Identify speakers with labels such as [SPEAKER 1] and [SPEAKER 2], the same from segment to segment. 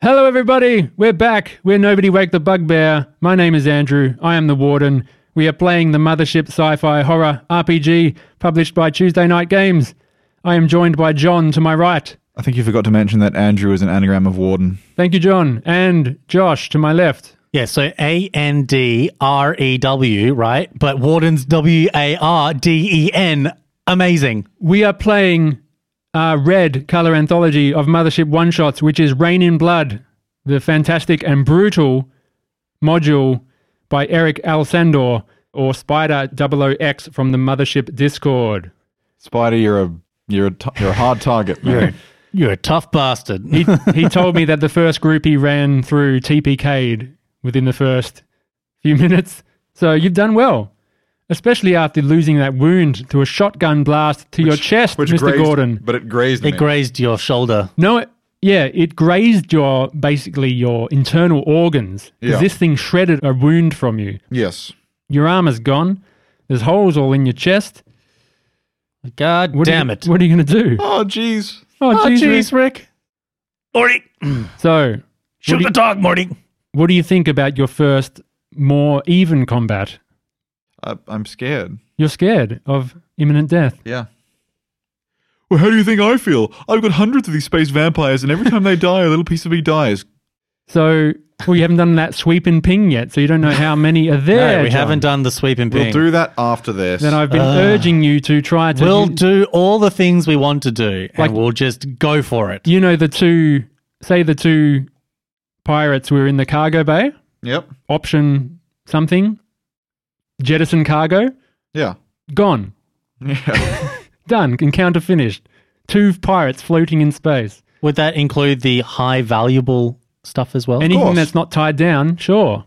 [SPEAKER 1] Hello, everybody. We're back. We're Nobody Wake the Bugbear. My name is Andrew. I am the Warden. We are playing the Mothership sci fi horror RPG published by Tuesday Night Games. I am joined by John to my right.
[SPEAKER 2] I think you forgot to mention that Andrew is an anagram of Warden.
[SPEAKER 1] Thank you, John. And Josh to my left.
[SPEAKER 3] Yeah, so A N D R E W, right? But Warden's W A R D E N. Amazing.
[SPEAKER 1] We are playing our red color anthology of Mothership One Shots, which is Rain in Blood, the fantastic and brutal module by Eric Alsandor or Spider 00X from the Mothership Discord.
[SPEAKER 2] Spider, you're a you're a t- you're a hard target. Man.
[SPEAKER 3] You're a tough bastard.
[SPEAKER 1] He, he told me that the first group he ran through TPK'd within the first few minutes. So you've done well, especially after losing that wound to a shotgun blast to your chest, Mr.
[SPEAKER 2] grazed-
[SPEAKER 1] Gordon.
[SPEAKER 2] but it grazed
[SPEAKER 3] It
[SPEAKER 2] me.
[SPEAKER 3] grazed your shoulder.
[SPEAKER 1] No, it, yeah, it grazed your basically your internal organs. 'cause
[SPEAKER 2] Yeah.
[SPEAKER 1] This thing shredded a wound from you.
[SPEAKER 2] yes,
[SPEAKER 1] Your arm is gone. There's holes all in your chest.
[SPEAKER 3] God
[SPEAKER 1] What are
[SPEAKER 3] damn
[SPEAKER 1] you-
[SPEAKER 3] it.
[SPEAKER 1] What are you going to do?
[SPEAKER 2] Oh, jeez.
[SPEAKER 1] Oh, geez,
[SPEAKER 3] Rick. Morty,
[SPEAKER 1] Rick. So,
[SPEAKER 3] shoot the dog, Morty.
[SPEAKER 1] what do you think about your first more even combat?
[SPEAKER 2] I, I'm scared.
[SPEAKER 1] You're scared of imminent death.
[SPEAKER 2] Yeah. Well, how do you think I feel? I've got hundreds of these space vampires, and every time they die, a little piece of me dies.
[SPEAKER 1] So, well, you haven't done that sweep and ping yet, so you don't know how many are there.
[SPEAKER 3] no, we
[SPEAKER 1] John,
[SPEAKER 3] haven't done the sweep and
[SPEAKER 2] We'll
[SPEAKER 3] ping.
[SPEAKER 2] do that after this.
[SPEAKER 1] That I've been urging you to try to.
[SPEAKER 3] We'll do all the things we want to do, and
[SPEAKER 1] Like-
[SPEAKER 3] we'll just go for it.
[SPEAKER 1] you know the two say the two pirates were in the cargo bay
[SPEAKER 2] yep.
[SPEAKER 1] option something jettison cargo
[SPEAKER 2] Yeah.
[SPEAKER 1] gone
[SPEAKER 2] Yeah.
[SPEAKER 1] done encounter finished two pirates floating in space
[SPEAKER 3] Would that include the high valuable stuff as well?
[SPEAKER 1] anything
[SPEAKER 2] course.
[SPEAKER 1] that's not tied down sure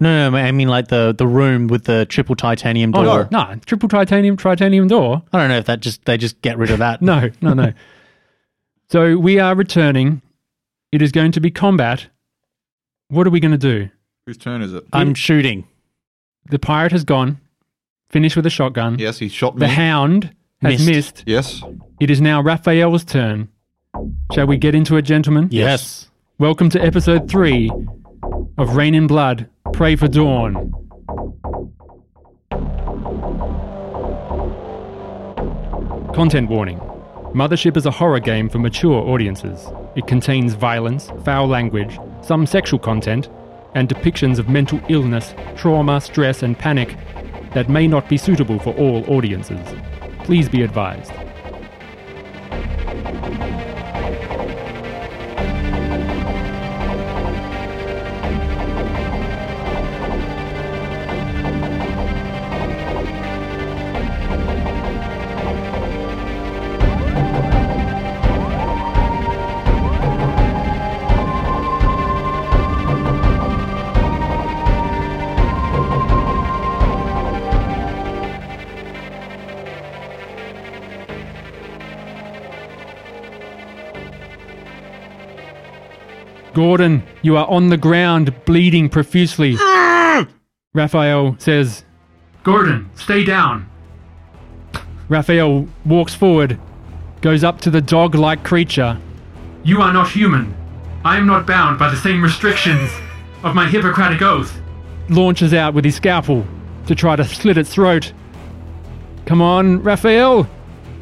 [SPEAKER 3] no, no, I mean like the the room with the triple titanium
[SPEAKER 1] oh
[SPEAKER 3] door.
[SPEAKER 1] no no triple titanium titanium door
[SPEAKER 3] I don't know if that just they just get rid of that.
[SPEAKER 1] no no no so we are returning it is going to be combat what are we going to do
[SPEAKER 2] Whose turn is it?
[SPEAKER 3] I'm shooting.
[SPEAKER 1] the pirate has gone finished with a shotgun
[SPEAKER 2] yes, he shot
[SPEAKER 1] the
[SPEAKER 2] me.
[SPEAKER 1] hound has
[SPEAKER 3] Missed.
[SPEAKER 1] missed
[SPEAKER 2] yes.
[SPEAKER 1] It is now Raphael's turn. Shall we get into it, gentlemen?
[SPEAKER 3] Yes.
[SPEAKER 1] Welcome to episode three of Rain in Blood, Pray for Dawn. Content warning Mothership is a horror game for mature audiences. It contains violence, foul language, some sexual content, and depictions of mental illness, trauma, stress, and panic that may not be suitable for all audiences. Please be advised. Gordon, you are on the ground, bleeding profusely. Raphael says, Gordon, stay down. Raphael walks forward, goes up to the dog like creature. You are not human. I am not bound by the same restrictions of my Hippocratic oath. Launches out with his scalpel to try to slit its throat. Come on, Raphael!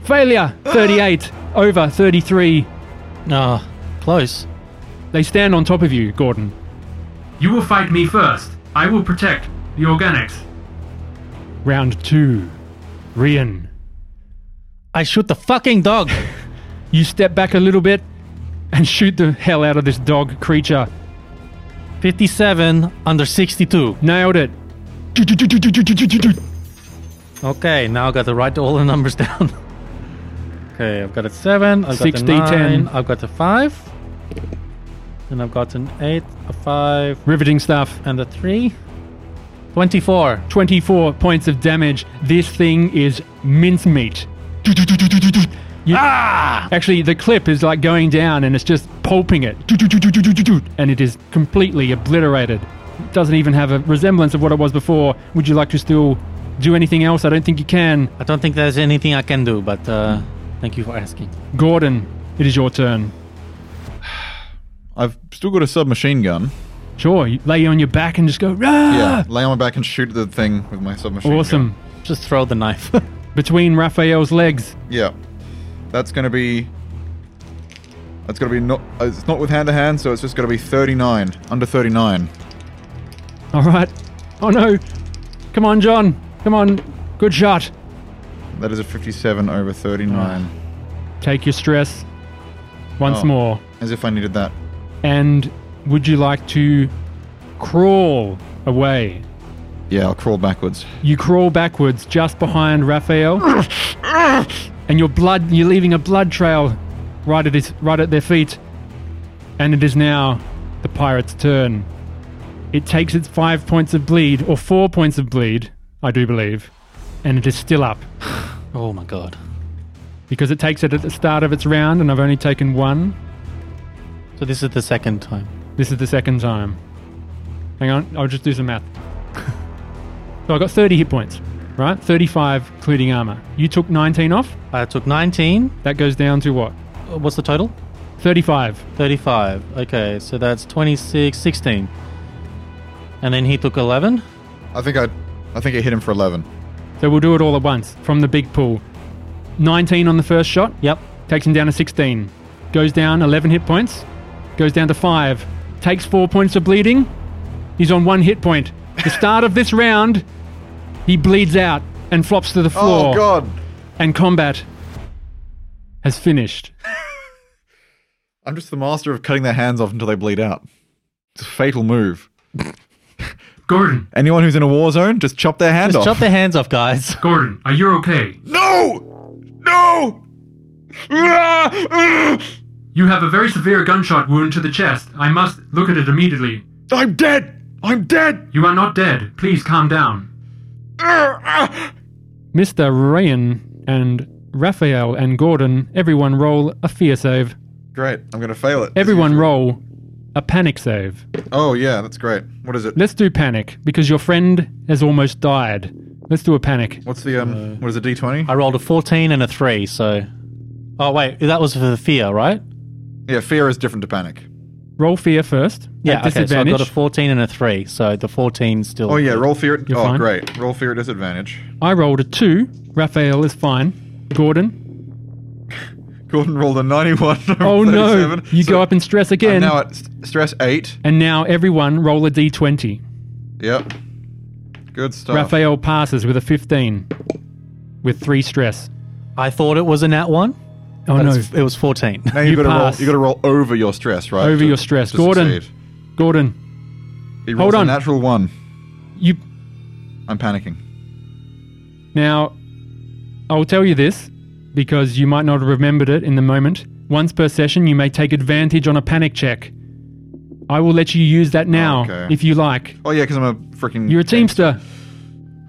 [SPEAKER 1] Failure! 38, over 33.
[SPEAKER 3] Ah, close.
[SPEAKER 1] They stand on top of you, Gordon. You will fight me first. I will protect the organics. Round two. Rian.
[SPEAKER 3] I shoot the fucking dog.
[SPEAKER 1] You step back a little bit and shoot the hell out of this dog creature.
[SPEAKER 3] 57 under 62.
[SPEAKER 1] Nailed it.
[SPEAKER 3] Okay, now I got to write all the numbers down. okay, I've got a 7, I've got
[SPEAKER 1] 60,
[SPEAKER 3] a 9,
[SPEAKER 1] 10.
[SPEAKER 3] I've got a 5, and I've got an 8, a 5,
[SPEAKER 1] Riveting stuff.
[SPEAKER 3] and a 3. 24.
[SPEAKER 1] 24 points of damage. This thing is mincemeat. You- Actually, the clip is like going down and it's just pulping it. And it is completely obliterated. It doesn't even have a resemblance of what it was before. Would you like to still do anything else? I don't think you can.
[SPEAKER 3] I don't think there's anything I can do, but uh, thank you for asking.
[SPEAKER 1] Gordon, it is your turn.
[SPEAKER 2] I've still got a submachine gun.
[SPEAKER 1] Sure, you lay on your back and just go,
[SPEAKER 2] Yeah,
[SPEAKER 1] "Rah!"
[SPEAKER 2] lay on my back and shoot the thing with my submachine
[SPEAKER 1] awesome.
[SPEAKER 2] gun.
[SPEAKER 3] Just throw the knife.
[SPEAKER 1] Between Raphael's legs.
[SPEAKER 2] Yeah, that's gonna be. That's gonna be not. uh, It's not with hand to hand, so it's just gonna be 39 under 39.
[SPEAKER 1] All right. Oh no. Come on, John. Come on. Good shot.
[SPEAKER 2] That is a 57 over 39.
[SPEAKER 1] Take your stress once
[SPEAKER 2] Oh.
[SPEAKER 1] more.
[SPEAKER 2] As if I needed that.
[SPEAKER 1] And would you like to crawl away?
[SPEAKER 2] Yeah, I'll crawl backwards.
[SPEAKER 1] You crawl backwards just behind Raphael, and your blood, you're leaving a blood trail right at, his, right at their feet. And it is now the pirate's turn. It takes its five points of bleed, or four points of bleed, I do believe, and it is still up
[SPEAKER 3] oh my god.
[SPEAKER 1] because it takes it at the start of its round, and I've only taken one.
[SPEAKER 3] So this is the second time.
[SPEAKER 1] This is the second time. Hang on, I'll just do some math. so I got 30 hit points, right? 35 including armor. You took 19 off.
[SPEAKER 3] I took 19.
[SPEAKER 1] That goes down to what?
[SPEAKER 3] Uh, What's the total?
[SPEAKER 1] 35.
[SPEAKER 3] 35. Okay, so that's 26, 16. And then he took 11.
[SPEAKER 2] I think I. I think I hit him for 11.
[SPEAKER 1] So we'll do it all at once from the big pool. 19 on the first shot,
[SPEAKER 3] Yep.
[SPEAKER 1] takes him down to 16. Goes down 11 hit points, goes down to 5. Takes 4 points of bleeding. He's on 1 hit point. The start of this round, he bleeds out and flops to the floor.
[SPEAKER 2] Oh god!
[SPEAKER 1] And combat has finished.
[SPEAKER 2] I'm just the master of cutting their hands off until they bleed out. It's a fatal move.
[SPEAKER 1] Gordon,
[SPEAKER 2] Anyone who's in a war zone, just chop their hand
[SPEAKER 3] Just
[SPEAKER 2] off.
[SPEAKER 3] chop their hands off, guys.
[SPEAKER 1] Gordon, are you okay?
[SPEAKER 2] no! No! Ah! Ah!
[SPEAKER 1] You have a very severe gunshot wound to the chest. I must look at it immediately.
[SPEAKER 2] I'm dead! I'm dead!
[SPEAKER 1] You are not dead. Please calm down.
[SPEAKER 2] Ah! Ah!
[SPEAKER 1] Mr. Ryan and Raphael and Gordon, everyone roll a fear save.
[SPEAKER 2] Great, I'm gonna fail it.
[SPEAKER 1] Everyone roll a panic save.
[SPEAKER 2] Oh yeah, that's great. What is it?
[SPEAKER 1] Let's do panic because your friend has almost died. Let's do a panic.
[SPEAKER 2] What's the
[SPEAKER 1] Uh,
[SPEAKER 2] um? What is it? D20?
[SPEAKER 3] I rolled a 14 and a 3, so. Oh, wait, that was for the fear, right?
[SPEAKER 2] Yeah, fear is different to panic.
[SPEAKER 1] Roll fear first.
[SPEAKER 3] Yeah,
[SPEAKER 1] at
[SPEAKER 3] okay, so I
[SPEAKER 1] disadvantage.
[SPEAKER 3] got a 14 and a 3, so the 14 still.
[SPEAKER 2] Oh yeah, roll fear. At,
[SPEAKER 1] You're
[SPEAKER 2] oh
[SPEAKER 1] fine.
[SPEAKER 2] great, roll fear at disadvantage.
[SPEAKER 1] I rolled a two. Raphael is fine. Gordon.
[SPEAKER 2] Gordon rolled a 91. over
[SPEAKER 1] Oh no!
[SPEAKER 2] 37,
[SPEAKER 1] You
[SPEAKER 2] so
[SPEAKER 1] go up in stress
[SPEAKER 2] I'm
[SPEAKER 1] again.
[SPEAKER 2] now at st- stress eight.
[SPEAKER 1] and now everyone roll a d20.
[SPEAKER 2] Yep. Good stuff.
[SPEAKER 1] Raphael passes with a 15 with three stress.
[SPEAKER 3] I thought it was a nat 1.
[SPEAKER 1] Oh
[SPEAKER 3] but
[SPEAKER 1] no.
[SPEAKER 3] it's- It was 14.
[SPEAKER 2] Now you
[SPEAKER 1] You
[SPEAKER 2] gotta roll.
[SPEAKER 1] pass.
[SPEAKER 2] You gotta roll over your stress, right?
[SPEAKER 1] Over
[SPEAKER 2] to-
[SPEAKER 1] your stress.
[SPEAKER 2] to
[SPEAKER 1] Gordon.
[SPEAKER 2] succeed.
[SPEAKER 1] Gordon,
[SPEAKER 2] He rolls
[SPEAKER 1] on.
[SPEAKER 2] A natural one.
[SPEAKER 1] you
[SPEAKER 2] I'm panicking.
[SPEAKER 1] Now, I'll tell you this because you might not have remembered it in the moment. Once per session, you may take advantage on a panic check. I will let you use that now
[SPEAKER 2] Okay.
[SPEAKER 1] if you like.
[SPEAKER 2] Oh yeah, because I'm a freaking.
[SPEAKER 1] You're a teamster.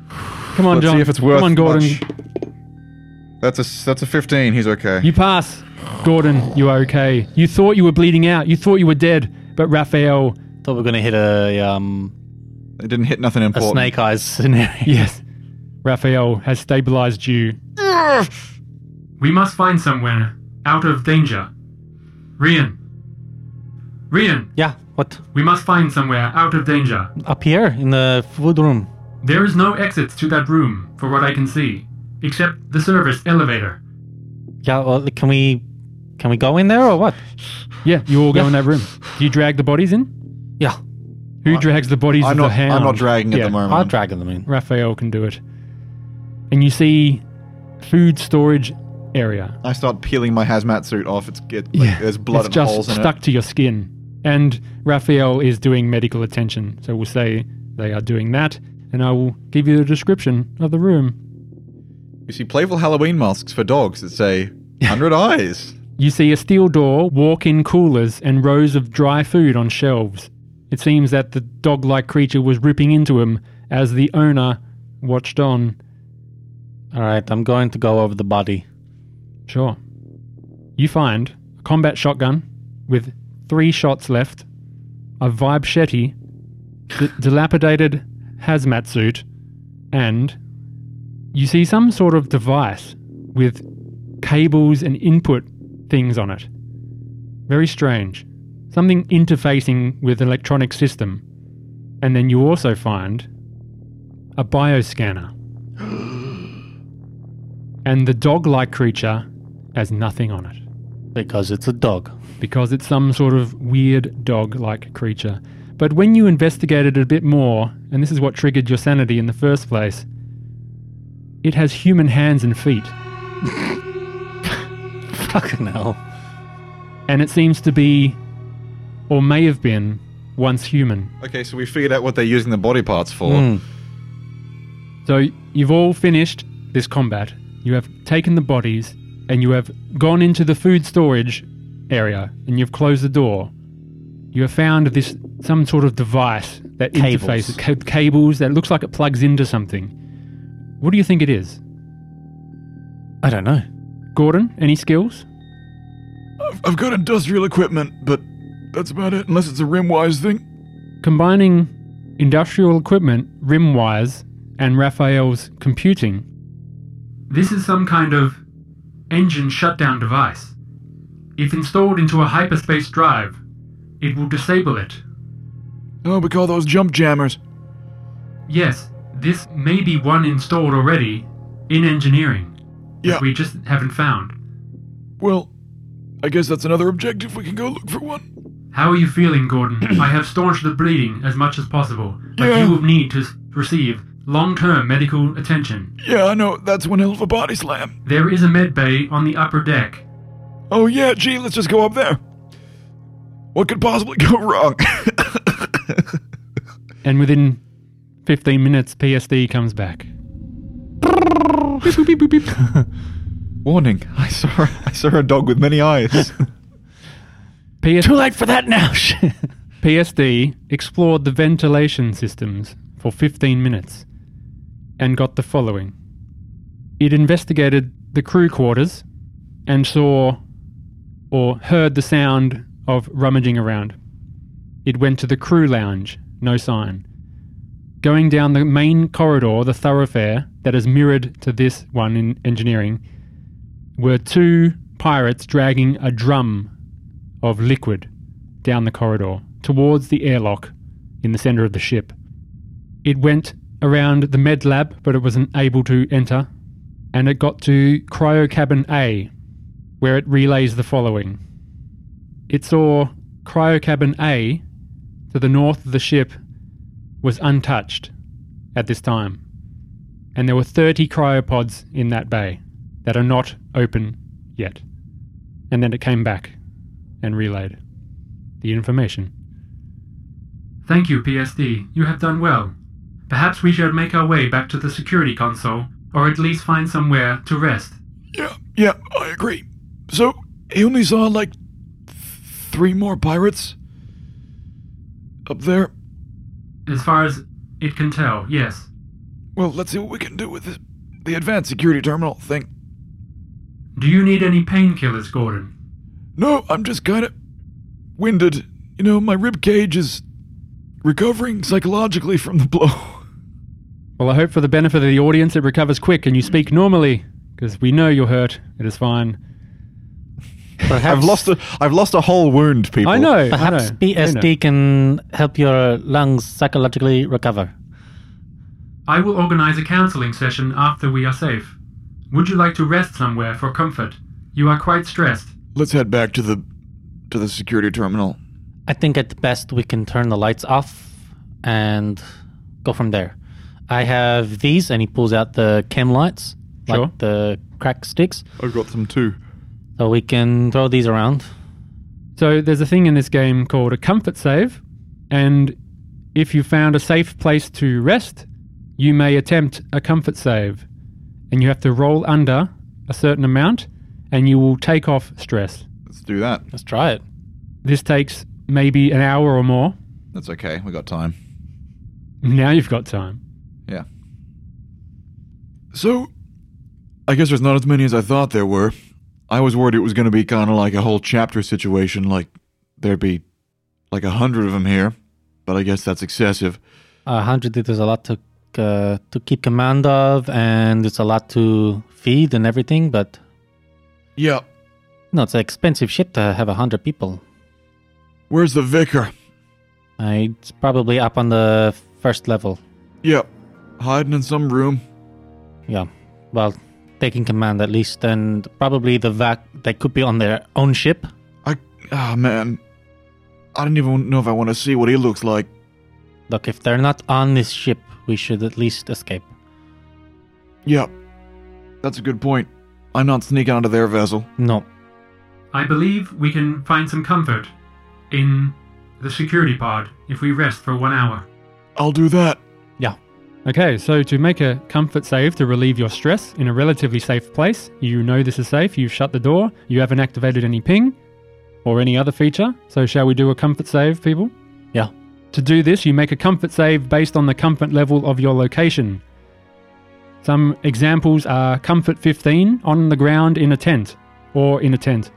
[SPEAKER 1] Come on,
[SPEAKER 2] Let's
[SPEAKER 1] John.
[SPEAKER 2] see if it's worth
[SPEAKER 1] Come on, Gordon.
[SPEAKER 2] much. That's a s- that's a 15. He's okay.
[SPEAKER 1] You pass. Gordon, you are okay. You thought you were bleeding out. You thought you were dead, but Raphael,
[SPEAKER 3] thought we were going to hit a, um,
[SPEAKER 2] it didn't hit nothing
[SPEAKER 3] a
[SPEAKER 2] important.
[SPEAKER 3] snake eyes scenario.
[SPEAKER 1] yes, Raphael has stabilized you. We must find somewhere out of danger. Rian. Rian,
[SPEAKER 3] Yeah, what?
[SPEAKER 1] We must find somewhere out of danger.
[SPEAKER 3] Up here in the food room.
[SPEAKER 1] There is no exits to that room, for what I can see, except the service elevator.
[SPEAKER 3] Yeah, well, can we can we go in there or what?
[SPEAKER 1] Yeah, you all go
[SPEAKER 3] Yeah.
[SPEAKER 1] in that room. Do you drag the bodies in?
[SPEAKER 3] Yeah,
[SPEAKER 1] Who drags the bodies
[SPEAKER 2] I'm
[SPEAKER 1] of
[SPEAKER 2] not.
[SPEAKER 1] the hound?
[SPEAKER 2] I'm not dragging at
[SPEAKER 1] Yeah,
[SPEAKER 2] the moment.
[SPEAKER 3] I'll drag them in.
[SPEAKER 1] Raphael can do it. And you see food storage area.
[SPEAKER 2] I start peeling my hazmat suit off. It's get like,
[SPEAKER 1] Yeah,
[SPEAKER 2] there's blood
[SPEAKER 1] it's
[SPEAKER 2] and
[SPEAKER 1] just
[SPEAKER 2] holes in
[SPEAKER 1] stuck to your skin. And Raphael is doing medical attention, so we'll say they are doing that. And I will give you the description of the room.
[SPEAKER 2] it. You see playful Halloween masks for dogs that say "hundred eyes."
[SPEAKER 1] You see a steel door, walk in coolers, and rows of dry food on shelves. It seems that the dog like creature was ripping into him as the owner watched on.
[SPEAKER 3] All right, I'm going to go over the body.
[SPEAKER 1] Sure. You find a combat shotgun with three shots left, a Vibe Shetty, d- dilapidated hazmat suit, and you see some sort of device with cables and input things on it. Very strange. something interfacing with electronic system. And then you also find a bioscanner. and the dog like creature has nothing on it
[SPEAKER 3] because it's a dog.
[SPEAKER 1] because it's some sort of weird dog like creature. But when you investigate it a bit more, and this is what triggered your sanity in the first place, it has human hands and feet,
[SPEAKER 3] Fucking hell.
[SPEAKER 1] and it seems to be, or may have been, once human.
[SPEAKER 2] Okay, so we figured out what they're using the body parts for.
[SPEAKER 1] Hmm.
[SPEAKER 3] Hmm.
[SPEAKER 1] So you've all finished this combat. You have taken the bodies and you have gone into the food storage area and you've closed the door. You have found this some sort of device that
[SPEAKER 3] Cables.
[SPEAKER 1] interfaces ca- cables that looks like it plugs into something. What do you think it is?
[SPEAKER 3] I don't know.
[SPEAKER 1] Gordon, any skills?
[SPEAKER 2] I've got industrial equipment, but that's about it, unless it's a rimwise thing.
[SPEAKER 1] Combining industrial equipment, rim wires, and Raphael's computing. This is some kind of engine shutdown device. If installed into a hyperspace drive, it will disable it.
[SPEAKER 2] Oh, we call those jump jammers.
[SPEAKER 1] Yes, this may be one installed already in engineering. that
[SPEAKER 2] Yeah.
[SPEAKER 1] We just haven't found.
[SPEAKER 2] Well, I guess that's another objective. We can go look for one.
[SPEAKER 1] How are you feeling, Gordon? I have staunched the bleeding as much as possible, but
[SPEAKER 2] Yeah.
[SPEAKER 1] you will need to s- receive long term medical attention.
[SPEAKER 2] Yeah, I know. That's one hell of a body slam.
[SPEAKER 1] There is a med bay on the upper deck.
[SPEAKER 2] Oh, yeah, gee, let's just go up there. What could possibly go wrong?
[SPEAKER 1] And within 15 minutes, PSD comes back.
[SPEAKER 2] Warning. I saw I saw a dog with many eyes.
[SPEAKER 1] PS-
[SPEAKER 3] Too late for that now. Shit.
[SPEAKER 1] PSD explored the ventilation systems for 15 minutes and got the following. It investigated the crew quarters and saw or heard the sound of rummaging around. It went to the crew lounge, no sign. Going down the main corridor, the thoroughfare that is mirrored to this one in engineering, were two pirates dragging a drum of liquid down the corridor towards the airlock in the center of the ship. It went around the med lab, but it wasn't able to enter, and it got to cryo cabin A, where it relays the following. It saw cryo cabin A to the north of the ship was untouched at this time, and there were 30 cryopods in that bay that are not open yet. And then it came back and relayed the information. Thank you, PSD. You have done well. Perhaps we shall make our way back to the security console, or at least find somewhere to rest.
[SPEAKER 2] yeah, yeah, I agree. So, he only saw like th- three more pirates up there.
[SPEAKER 1] As far as it can tell, yes.
[SPEAKER 2] Well, let's see what we can do with this, the advanced security terminal thing.
[SPEAKER 1] Do you need any painkillers, Gordon?
[SPEAKER 2] No, I'm just kind of winded. You know, my rib cage is recovering psychologically from the blow.
[SPEAKER 1] Well, I hope for the benefit of the audience it recovers quick and you speak normally, because we know you're hurt. It is fine.
[SPEAKER 2] I've lost a I've lost a whole wound, people.
[SPEAKER 1] I know.
[SPEAKER 3] Perhaps
[SPEAKER 1] I know, I, know.
[SPEAKER 3] PSD can help your lungs psychologically recover.
[SPEAKER 4] I will organize a counseling session after we are safe. Would you like to rest somewhere for comfort? You are quite stressed.
[SPEAKER 2] Let's head back to the to the security terminal.
[SPEAKER 3] I think at best we can turn the lights off and go from there. I have these, and he pulls out the chem lights,
[SPEAKER 1] Sure.
[SPEAKER 3] like the crack sticks,
[SPEAKER 2] I've got some too.
[SPEAKER 3] so we can throw these around.
[SPEAKER 1] So there's a thing in this game called a comfort save, and if you found a safe place to rest, you may attempt a comfort save, and you have to roll under a certain amount, and you will take off stress.
[SPEAKER 2] Let's do that.
[SPEAKER 3] Let's try it.
[SPEAKER 1] This takes maybe an hour or more.
[SPEAKER 2] That's okay. We got time.
[SPEAKER 1] Now you've got time.
[SPEAKER 2] Yeah. So, I guess there's not as many as I thought there were. I was worried it was going to be kind of like a whole chapter situation, like there'd be like a hundred of them here, but I guess that's excessive.
[SPEAKER 3] A hundred liters is a lot to uh, to keep command of, and it's a lot to feed and everything. But
[SPEAKER 2] Yeah.
[SPEAKER 3] no, it's an expensive ship to have a hundred people.
[SPEAKER 2] Where's the vicar?
[SPEAKER 3] I, Uh, it's probably up on the first level.
[SPEAKER 2] Yep. Hiding in some room.
[SPEAKER 3] Yeah. Well, taking command at least, and probably the vac. They could be on their own ship.
[SPEAKER 2] I. Ah, man. I don't even know if I want to see what he looks like.
[SPEAKER 3] Look, if they're not on this ship, we should at least escape.
[SPEAKER 2] Yep. That's a good point. I'm not sneaking onto their vessel.
[SPEAKER 3] No.
[SPEAKER 4] I believe we can find some comfort in the security pod if we rest for one hour.
[SPEAKER 2] I'll do that.
[SPEAKER 3] Yeah.
[SPEAKER 1] Okay, so to make a comfort save to relieve your stress in a relatively safe place, you know this is safe, you've shut the door, you haven't activated any ping or any other feature. So, shall we do a comfort save, people?
[SPEAKER 3] Yeah.
[SPEAKER 1] To do this, you make a comfort save based on the comfort level of your location. Some examples are comfort 15 on the ground in a tent or in a tent,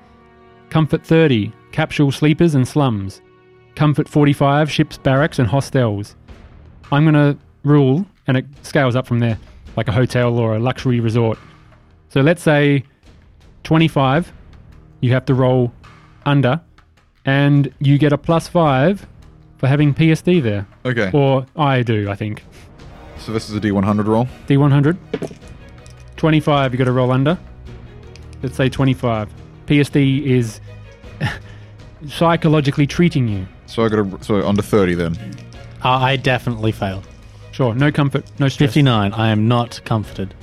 [SPEAKER 1] comfort 30 capsule sleepers and slums, comfort 45 ships, barracks, and hostels. I'm going to rule, and it scales up from there, like a hotel or a luxury resort. So let's say 25, you have to roll under, and you get a plus five for having PSD there.
[SPEAKER 2] Okay.
[SPEAKER 1] Or I do, I think.
[SPEAKER 2] So this is a D100 roll.
[SPEAKER 1] D100. 25, you got to roll under. Let's say 25. PSD is psychologically treating you.
[SPEAKER 2] So I got a so under 30 then.
[SPEAKER 3] Uh, I definitely failed.
[SPEAKER 1] Sure, no comfort, no stress.
[SPEAKER 3] 59. I am not comforted.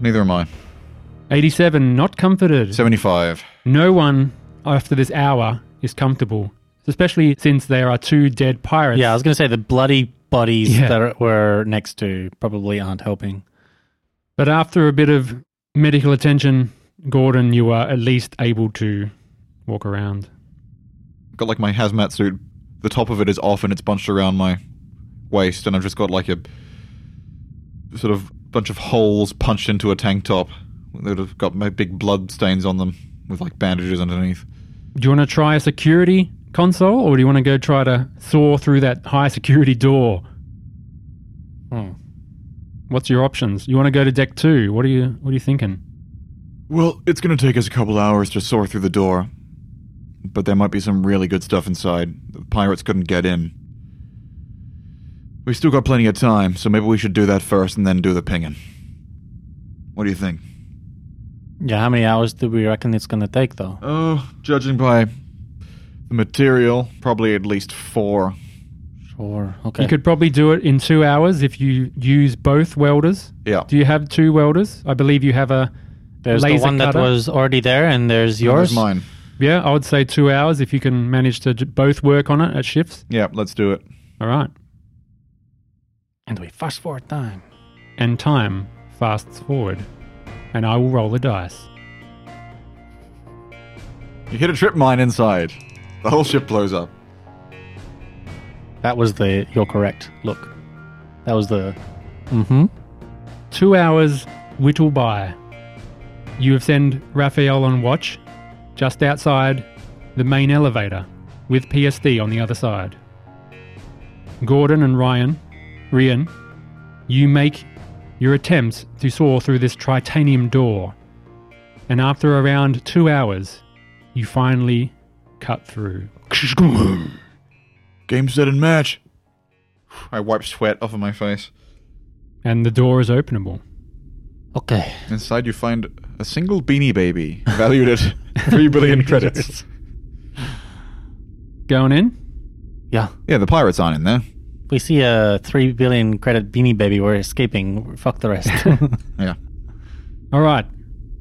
[SPEAKER 2] Neither am I.
[SPEAKER 1] 87, not comforted.
[SPEAKER 2] 75.
[SPEAKER 1] No one after this hour is comfortable, especially since there are two dead pirates.
[SPEAKER 3] Yeah, I was going to say the bloody bodies
[SPEAKER 1] Yeah.
[SPEAKER 3] that are- were next to probably aren't helping.
[SPEAKER 1] But after a bit of medical attention, Gordon, you are at least able to walk around.
[SPEAKER 2] Got like my hazmat suit. The top of it is off and it's bunched around my waist, and I've just got like a sort of bunch of holes punched into a tank top that have got my big blood stains on them with like bandages underneath.
[SPEAKER 1] Do you want to try a security console or do you want to go try to saw through that high security door?
[SPEAKER 3] Hmm.
[SPEAKER 1] What's your options? You want to go to deck two? What are you What are you thinking?
[SPEAKER 2] Well, it's going to take us a couple hours to soar through the door, but there might be some really good stuff inside. The pirates couldn't get in. We've still got plenty of time, so maybe we should do that first and then do the pinging. What do you think?
[SPEAKER 3] Yeah, how many hours do we reckon it's going to take, though?
[SPEAKER 2] Oh, judging by the material, probably at least four.
[SPEAKER 3] Sure. Okay.
[SPEAKER 1] You could probably do it in two hours if you use both welders.
[SPEAKER 2] Yeah.
[SPEAKER 1] Do you have two welders? I believe you have a.
[SPEAKER 3] There's the
[SPEAKER 1] laser
[SPEAKER 3] one that
[SPEAKER 1] cutter?
[SPEAKER 3] was already there, and there's yours.
[SPEAKER 2] There's mine.
[SPEAKER 1] Yeah, I would say two hours if you can manage to j- both work on it at shifts.
[SPEAKER 2] Yeah, let's do it.
[SPEAKER 1] All right.
[SPEAKER 3] And we fast forward time.
[SPEAKER 1] And time fasts forward. And I will roll a dice.
[SPEAKER 2] You hit a trip mine inside. The whole ship blows up.
[SPEAKER 3] That was the you're correct look. That was the. Mm-hmm.
[SPEAKER 1] Two hours whittle by. You have sent Raphael on watch just outside the main elevator with PSD on the other side. Gordon and Ryan, Rian, you make your attempts to soar through this titanium door. And after around two hours, you finally cut through.
[SPEAKER 2] Game, set, and match. I wipe sweat off of my face.
[SPEAKER 1] And the door is openable.
[SPEAKER 3] Okay.
[SPEAKER 2] Inside, you find a single beanie baby valued at 3 billion credits.
[SPEAKER 1] Going in?
[SPEAKER 3] Yeah.
[SPEAKER 2] Yeah, the pirates aren't in there.
[SPEAKER 3] If we see a three billion credit beanie baby, we're escaping. Fuck the rest.
[SPEAKER 2] Yeah.
[SPEAKER 1] All right.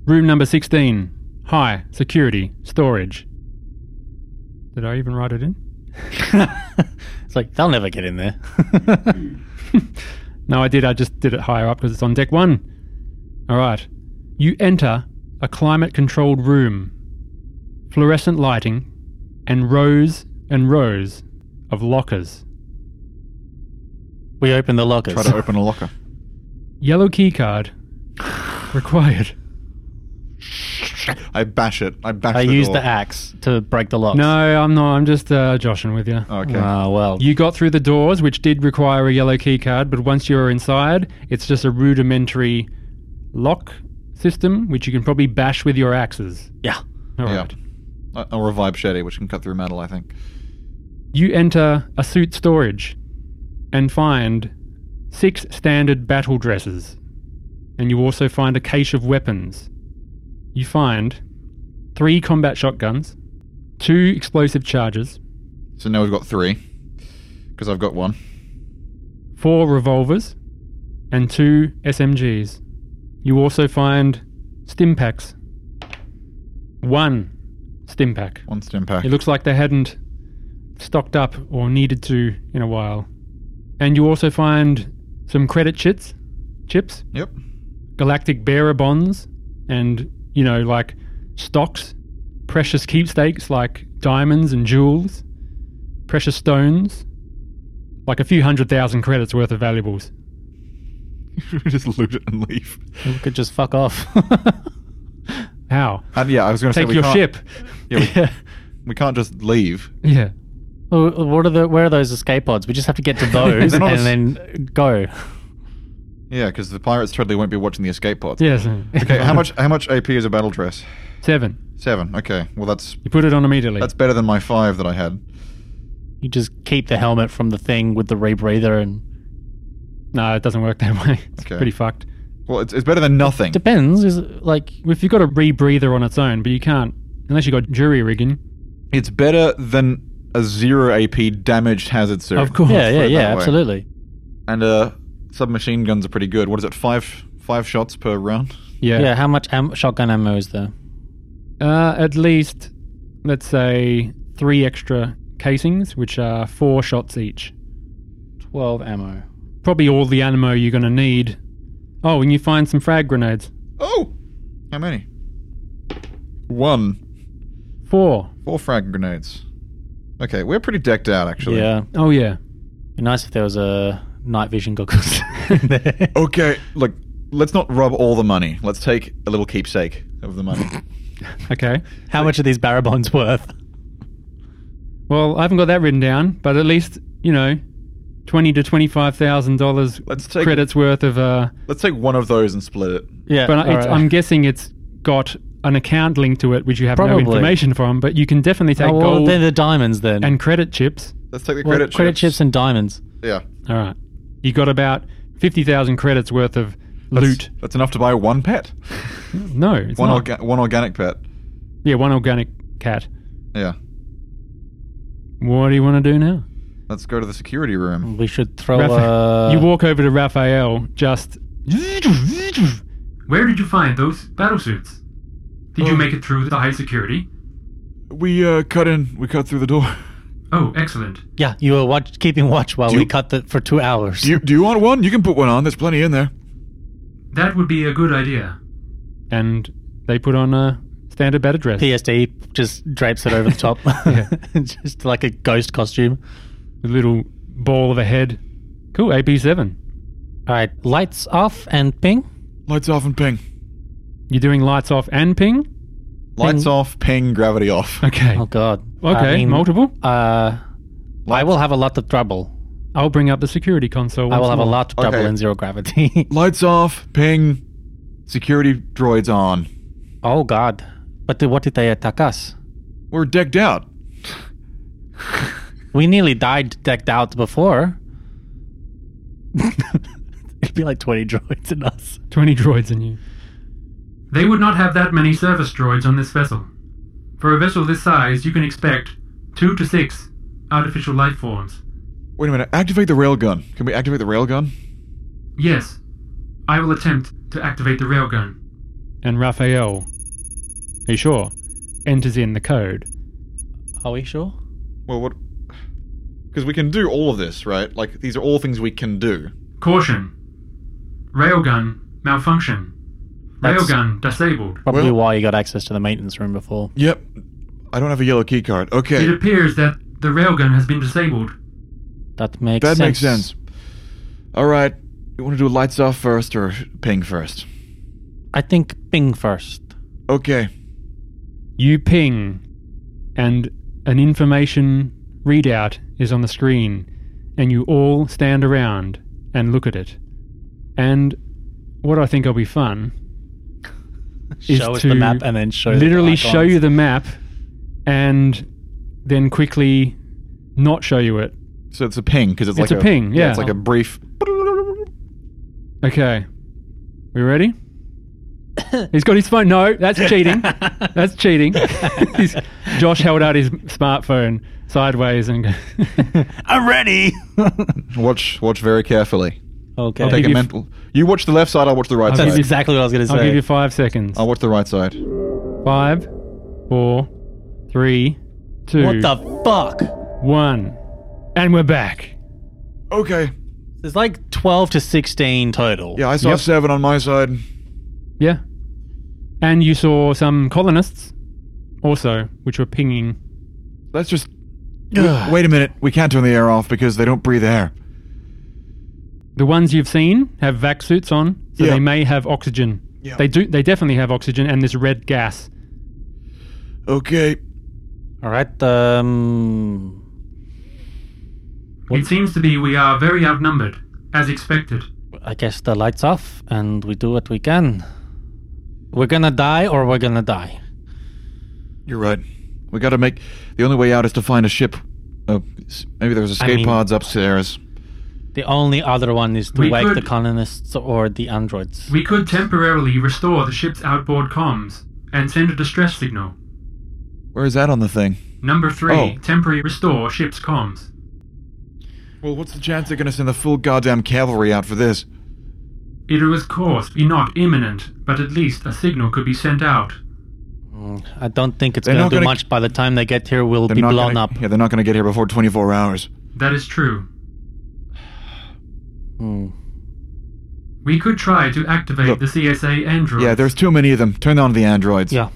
[SPEAKER 1] Room number 16. High security storage. Did I even write it in?
[SPEAKER 3] it's like they'll never get in there.
[SPEAKER 1] No, I did. I just did it higher up because it's on deck one. All right. You enter a climate controlled room, fluorescent lighting, and rows and rows of lockers.
[SPEAKER 3] we open the lockers.
[SPEAKER 2] Try to open a locker.
[SPEAKER 1] Yellow keycard required.
[SPEAKER 2] I bash it. I bash
[SPEAKER 3] I
[SPEAKER 2] the
[SPEAKER 3] use
[SPEAKER 2] door.
[SPEAKER 3] the axe to break the locks.
[SPEAKER 1] No, I'm not. I'm just uh, joshing with you.
[SPEAKER 2] Okay.
[SPEAKER 3] Ah, well.
[SPEAKER 1] You got through the doors, which did require a yellow key card, but once you're inside, it's just a rudimentary lock system, which you can probably bash with your axes.
[SPEAKER 3] yeah.
[SPEAKER 1] All
[SPEAKER 2] Yeah.
[SPEAKER 1] right.
[SPEAKER 2] Uh, or a vibe shade, which can cut through metal, I think.
[SPEAKER 1] You enter a suit storage and find six standard battle dresses. And you also find a cache of weapons. You find three combat shotguns, two explosive charges,
[SPEAKER 2] So now we've got three. Because I've got one.
[SPEAKER 1] four revolvers, and two SMGs. You also find stim packs. One stim pack.
[SPEAKER 2] One stim pack.
[SPEAKER 1] It looks like they hadn't stocked up or needed to in a while. And you also find some credit chits, chips,
[SPEAKER 2] Yep.
[SPEAKER 1] galactic bearer bonds, and, you know, like stocks, precious keepsakes like diamonds and jewels, precious stones, like a few hundred thousand credits worth of valuables.
[SPEAKER 2] Just loot it and leave.
[SPEAKER 3] We could just fuck off.
[SPEAKER 1] How?
[SPEAKER 2] And yeah, I was going to say
[SPEAKER 1] Take
[SPEAKER 2] we
[SPEAKER 1] your
[SPEAKER 2] can't,
[SPEAKER 1] ship.
[SPEAKER 2] Yeah, we, we can't just leave.
[SPEAKER 1] Yeah.
[SPEAKER 3] Well, what are the where are those escape pods? We just have to get to those
[SPEAKER 2] They're
[SPEAKER 3] and
[SPEAKER 2] not a
[SPEAKER 3] then go.
[SPEAKER 2] Yeah, because the pirates totally won't be watching the escape pods.
[SPEAKER 1] Yes.
[SPEAKER 2] Okay, how much how much AP is a battle dress?
[SPEAKER 1] Seven.
[SPEAKER 2] Seven. Okay. Well, that's
[SPEAKER 1] You put it on immediately.
[SPEAKER 2] that's better than my five that I had.
[SPEAKER 3] You just keep the helmet from the thing with the rebreather and
[SPEAKER 1] No, it doesn't work that way. It's
[SPEAKER 2] Okay.
[SPEAKER 1] pretty fucked.
[SPEAKER 2] Well, it's, it's better than nothing.
[SPEAKER 3] depends. Is it like
[SPEAKER 1] If you've got a rebreather on its own, but you can't unless you got jury rigging.
[SPEAKER 2] It's better than a zero AP damaged hazard suit.
[SPEAKER 1] Of course.
[SPEAKER 3] yeah,
[SPEAKER 2] put
[SPEAKER 3] yeah,
[SPEAKER 2] it
[SPEAKER 3] yeah,
[SPEAKER 2] that way.
[SPEAKER 3] absolutely.
[SPEAKER 2] And uh, submachine guns are pretty good. What is it? Five five shots per round.
[SPEAKER 1] Yeah.
[SPEAKER 3] Yeah, how much am- shotgun ammo is there?
[SPEAKER 1] Uh, at least, let's say three extra casings, which are four shots each.
[SPEAKER 3] Twelve ammo.
[SPEAKER 1] Probably all the ammo you're going to need. Oh, and you find some frag grenades.
[SPEAKER 2] Oh, how many? One.
[SPEAKER 1] Four.
[SPEAKER 2] Four frag grenades. Okay, we're pretty decked out actually.
[SPEAKER 3] Yeah,
[SPEAKER 1] Oh yeah.
[SPEAKER 3] be nice if there was a night vision goggles. in there.
[SPEAKER 2] Okay, look, let's not rob all the money. Let's take a little keepsake of the money.
[SPEAKER 1] Okay.
[SPEAKER 3] How much are these barabons worth?
[SPEAKER 1] Well, I haven't got that written down, but at least you know, twenty to twenty-five thousand dollars
[SPEAKER 2] Let's take
[SPEAKER 1] credits worth of. Uh,
[SPEAKER 2] Let's take one of those and split it.
[SPEAKER 3] Yeah,
[SPEAKER 1] but it's,
[SPEAKER 3] alright.
[SPEAKER 1] I'm guessing it's got an account linked to it, which you have no
[SPEAKER 3] Probably.
[SPEAKER 1] information from. But you can definitely take
[SPEAKER 3] oh, well,
[SPEAKER 1] gold
[SPEAKER 3] then the diamonds then.
[SPEAKER 1] and credit chips.
[SPEAKER 2] Let's take the
[SPEAKER 3] Well,
[SPEAKER 2] credit chips.
[SPEAKER 3] chips and diamonds.
[SPEAKER 2] yeah.
[SPEAKER 1] All right. You got about 50,000 credits worth of loot.
[SPEAKER 2] That's enough to buy one pet.
[SPEAKER 1] No, it's
[SPEAKER 2] One
[SPEAKER 1] not.
[SPEAKER 2] orga- one organic pet.
[SPEAKER 1] yeah, one organic cat.
[SPEAKER 2] Yeah.
[SPEAKER 1] What do you want to do now?
[SPEAKER 2] Let's go to the security room.
[SPEAKER 3] We should throw.
[SPEAKER 1] Rapha-
[SPEAKER 3] uh,
[SPEAKER 1] you walk over to Raphael, just.
[SPEAKER 4] Where did you find those battlesuits? Did
[SPEAKER 3] Oh.
[SPEAKER 4] you
[SPEAKER 2] Um,
[SPEAKER 4] make it through the high security?
[SPEAKER 2] We uh, cut in. We cut through the door.
[SPEAKER 4] Oh, excellent.
[SPEAKER 3] Yeah, you were watch, keeping watch while
[SPEAKER 2] Do
[SPEAKER 3] we
[SPEAKER 2] you-
[SPEAKER 3] cut the, for two hours.
[SPEAKER 2] Do you, do you want one? You can put one on. There's plenty in there.
[SPEAKER 4] That would be a good idea.
[SPEAKER 1] And they put on a standard battle dress.
[SPEAKER 3] PSD just drapes it over the top,
[SPEAKER 1] Yeah.
[SPEAKER 3] just like a ghost costume.
[SPEAKER 1] A little ball of a head. Cool, AP7.
[SPEAKER 3] All right, lights off and ping.
[SPEAKER 2] Lights off and ping.
[SPEAKER 1] You're doing lights off and ping?
[SPEAKER 2] Lights
[SPEAKER 3] Ping.
[SPEAKER 2] off, ping, gravity off.
[SPEAKER 1] Okay.
[SPEAKER 3] Oh God.
[SPEAKER 1] Okay,
[SPEAKER 3] I mean,
[SPEAKER 1] multiple.
[SPEAKER 3] Uh, I
[SPEAKER 2] Lights-
[SPEAKER 3] will have a lot of trouble.
[SPEAKER 1] I'll bring up the security console.
[SPEAKER 3] I
[SPEAKER 1] once
[SPEAKER 3] will have a
[SPEAKER 1] more.
[SPEAKER 3] lot of trouble
[SPEAKER 2] Okay.
[SPEAKER 3] in zero gravity.
[SPEAKER 2] Lights off, ping. Security droids on.
[SPEAKER 3] oh God! But the- what did they attack us?
[SPEAKER 2] We're decked out.
[SPEAKER 3] We nearly died decked out before. It'd be like twenty droids in us.
[SPEAKER 1] 20 droids in you.
[SPEAKER 4] They would not have that many service droids on this vessel. For a vessel this size, you can expect two to six artificial life forms.
[SPEAKER 2] Wait a minute. Activate the railgun. Can we activate the railgun?
[SPEAKER 4] Yes, I will attempt to activate the railgun.
[SPEAKER 1] And Raphael, are you sure? Enters in the code.
[SPEAKER 3] Are we sure?
[SPEAKER 2] Well, what? Because we can do all of this, right? Like these are all things we can do.
[SPEAKER 4] Caution. Railgun malfunction.
[SPEAKER 3] That's-
[SPEAKER 4] Railgun disabled.
[SPEAKER 3] Probably
[SPEAKER 2] Well-
[SPEAKER 3] why you got access to the maintenance room before.
[SPEAKER 2] Yep. I don't have a yellow key card. Okay.
[SPEAKER 4] It appears that the railgun has been disabled.
[SPEAKER 3] That makes
[SPEAKER 2] That
[SPEAKER 3] sense.
[SPEAKER 2] makes sense. All right. You want to do lights off first or ping first?
[SPEAKER 3] I think ping first.
[SPEAKER 2] Okay.
[SPEAKER 1] You ping, and an information readout is on the screen, and you all stand around and look at it. And what I think will be fun is
[SPEAKER 3] show us
[SPEAKER 1] to
[SPEAKER 3] the map and then show
[SPEAKER 1] literally
[SPEAKER 3] the
[SPEAKER 1] show you the map and then quickly not show you it.
[SPEAKER 2] So it's a ping because it's,
[SPEAKER 1] It's
[SPEAKER 2] like
[SPEAKER 1] a ping, yeah.
[SPEAKER 2] it's like a brief.
[SPEAKER 1] Okay. We ready? He's got his phone. No, that's cheating. That's cheating. He's- Josh held out his smartphone sideways and
[SPEAKER 3] I'm ready.
[SPEAKER 2] Watch, watch very carefully.
[SPEAKER 3] okay.
[SPEAKER 1] I'll
[SPEAKER 2] Take
[SPEAKER 1] give
[SPEAKER 2] a
[SPEAKER 1] you-
[SPEAKER 2] mental. You watch the left side. I'll watch the right
[SPEAKER 1] I'll
[SPEAKER 2] side.
[SPEAKER 1] give
[SPEAKER 3] That's
[SPEAKER 1] you-
[SPEAKER 3] exactly what I was going to say.
[SPEAKER 1] I'll give you five seconds.
[SPEAKER 2] I'll watch Oh, the right side.
[SPEAKER 1] Five, four, three, two,
[SPEAKER 3] what the fuck?
[SPEAKER 1] one. And we're back.
[SPEAKER 2] Okay.
[SPEAKER 3] There's like 12 to 16 total.
[SPEAKER 2] Yeah, I saw
[SPEAKER 1] Yep.
[SPEAKER 2] seven on my side.
[SPEAKER 1] Yeah. And you saw some colonists also, which were pinging.
[SPEAKER 2] Let's just. Wait, wait a minute. We can't turn the air off because they don't breathe air.
[SPEAKER 1] The ones you've seen have vac suits on, so
[SPEAKER 2] Yeah.
[SPEAKER 1] they may have oxygen.
[SPEAKER 2] Yeah.
[SPEAKER 1] They do. They definitely have oxygen and this red gas.
[SPEAKER 2] Okay.
[SPEAKER 3] All right. Um,
[SPEAKER 4] It seems to be we are very outnumbered, as expected.
[SPEAKER 3] I guess the lights off and we do what we can. We're going to die or we're going to die.
[SPEAKER 2] You're right. We gotta make. The only way out is to find a ship. Oh, s- maybe there's escape
[SPEAKER 3] mean-
[SPEAKER 2] pods upstairs.
[SPEAKER 3] The only other one is to
[SPEAKER 4] We
[SPEAKER 3] wake
[SPEAKER 4] could-
[SPEAKER 3] the colonists or the androids.
[SPEAKER 4] We could temporarily restore the ship's outboard comms and send a distress signal.
[SPEAKER 2] Where is that on the thing?
[SPEAKER 4] Number three,
[SPEAKER 2] Oh.
[SPEAKER 4] temporary restore ship's comms.
[SPEAKER 2] Well, what's the chance they're gonna send the full goddamn cavalry out for this?
[SPEAKER 4] It was, of course, not imminent, but at least a signal could be sent out.
[SPEAKER 3] Mm, I don't think it's
[SPEAKER 2] They're
[SPEAKER 3] going to
[SPEAKER 2] not
[SPEAKER 3] do
[SPEAKER 2] gonna-
[SPEAKER 3] much. By the time they get here, we'll be
[SPEAKER 2] not
[SPEAKER 3] blown
[SPEAKER 2] gonna,
[SPEAKER 3] up.
[SPEAKER 2] Yeah, they're not gonna get here before 24 hours.
[SPEAKER 4] That is true.
[SPEAKER 3] Hmm.
[SPEAKER 4] We could try to activate
[SPEAKER 2] Look.
[SPEAKER 4] the CSA android.
[SPEAKER 2] Yeah, there's too many of them. Turn on the androids.
[SPEAKER 3] Yeah.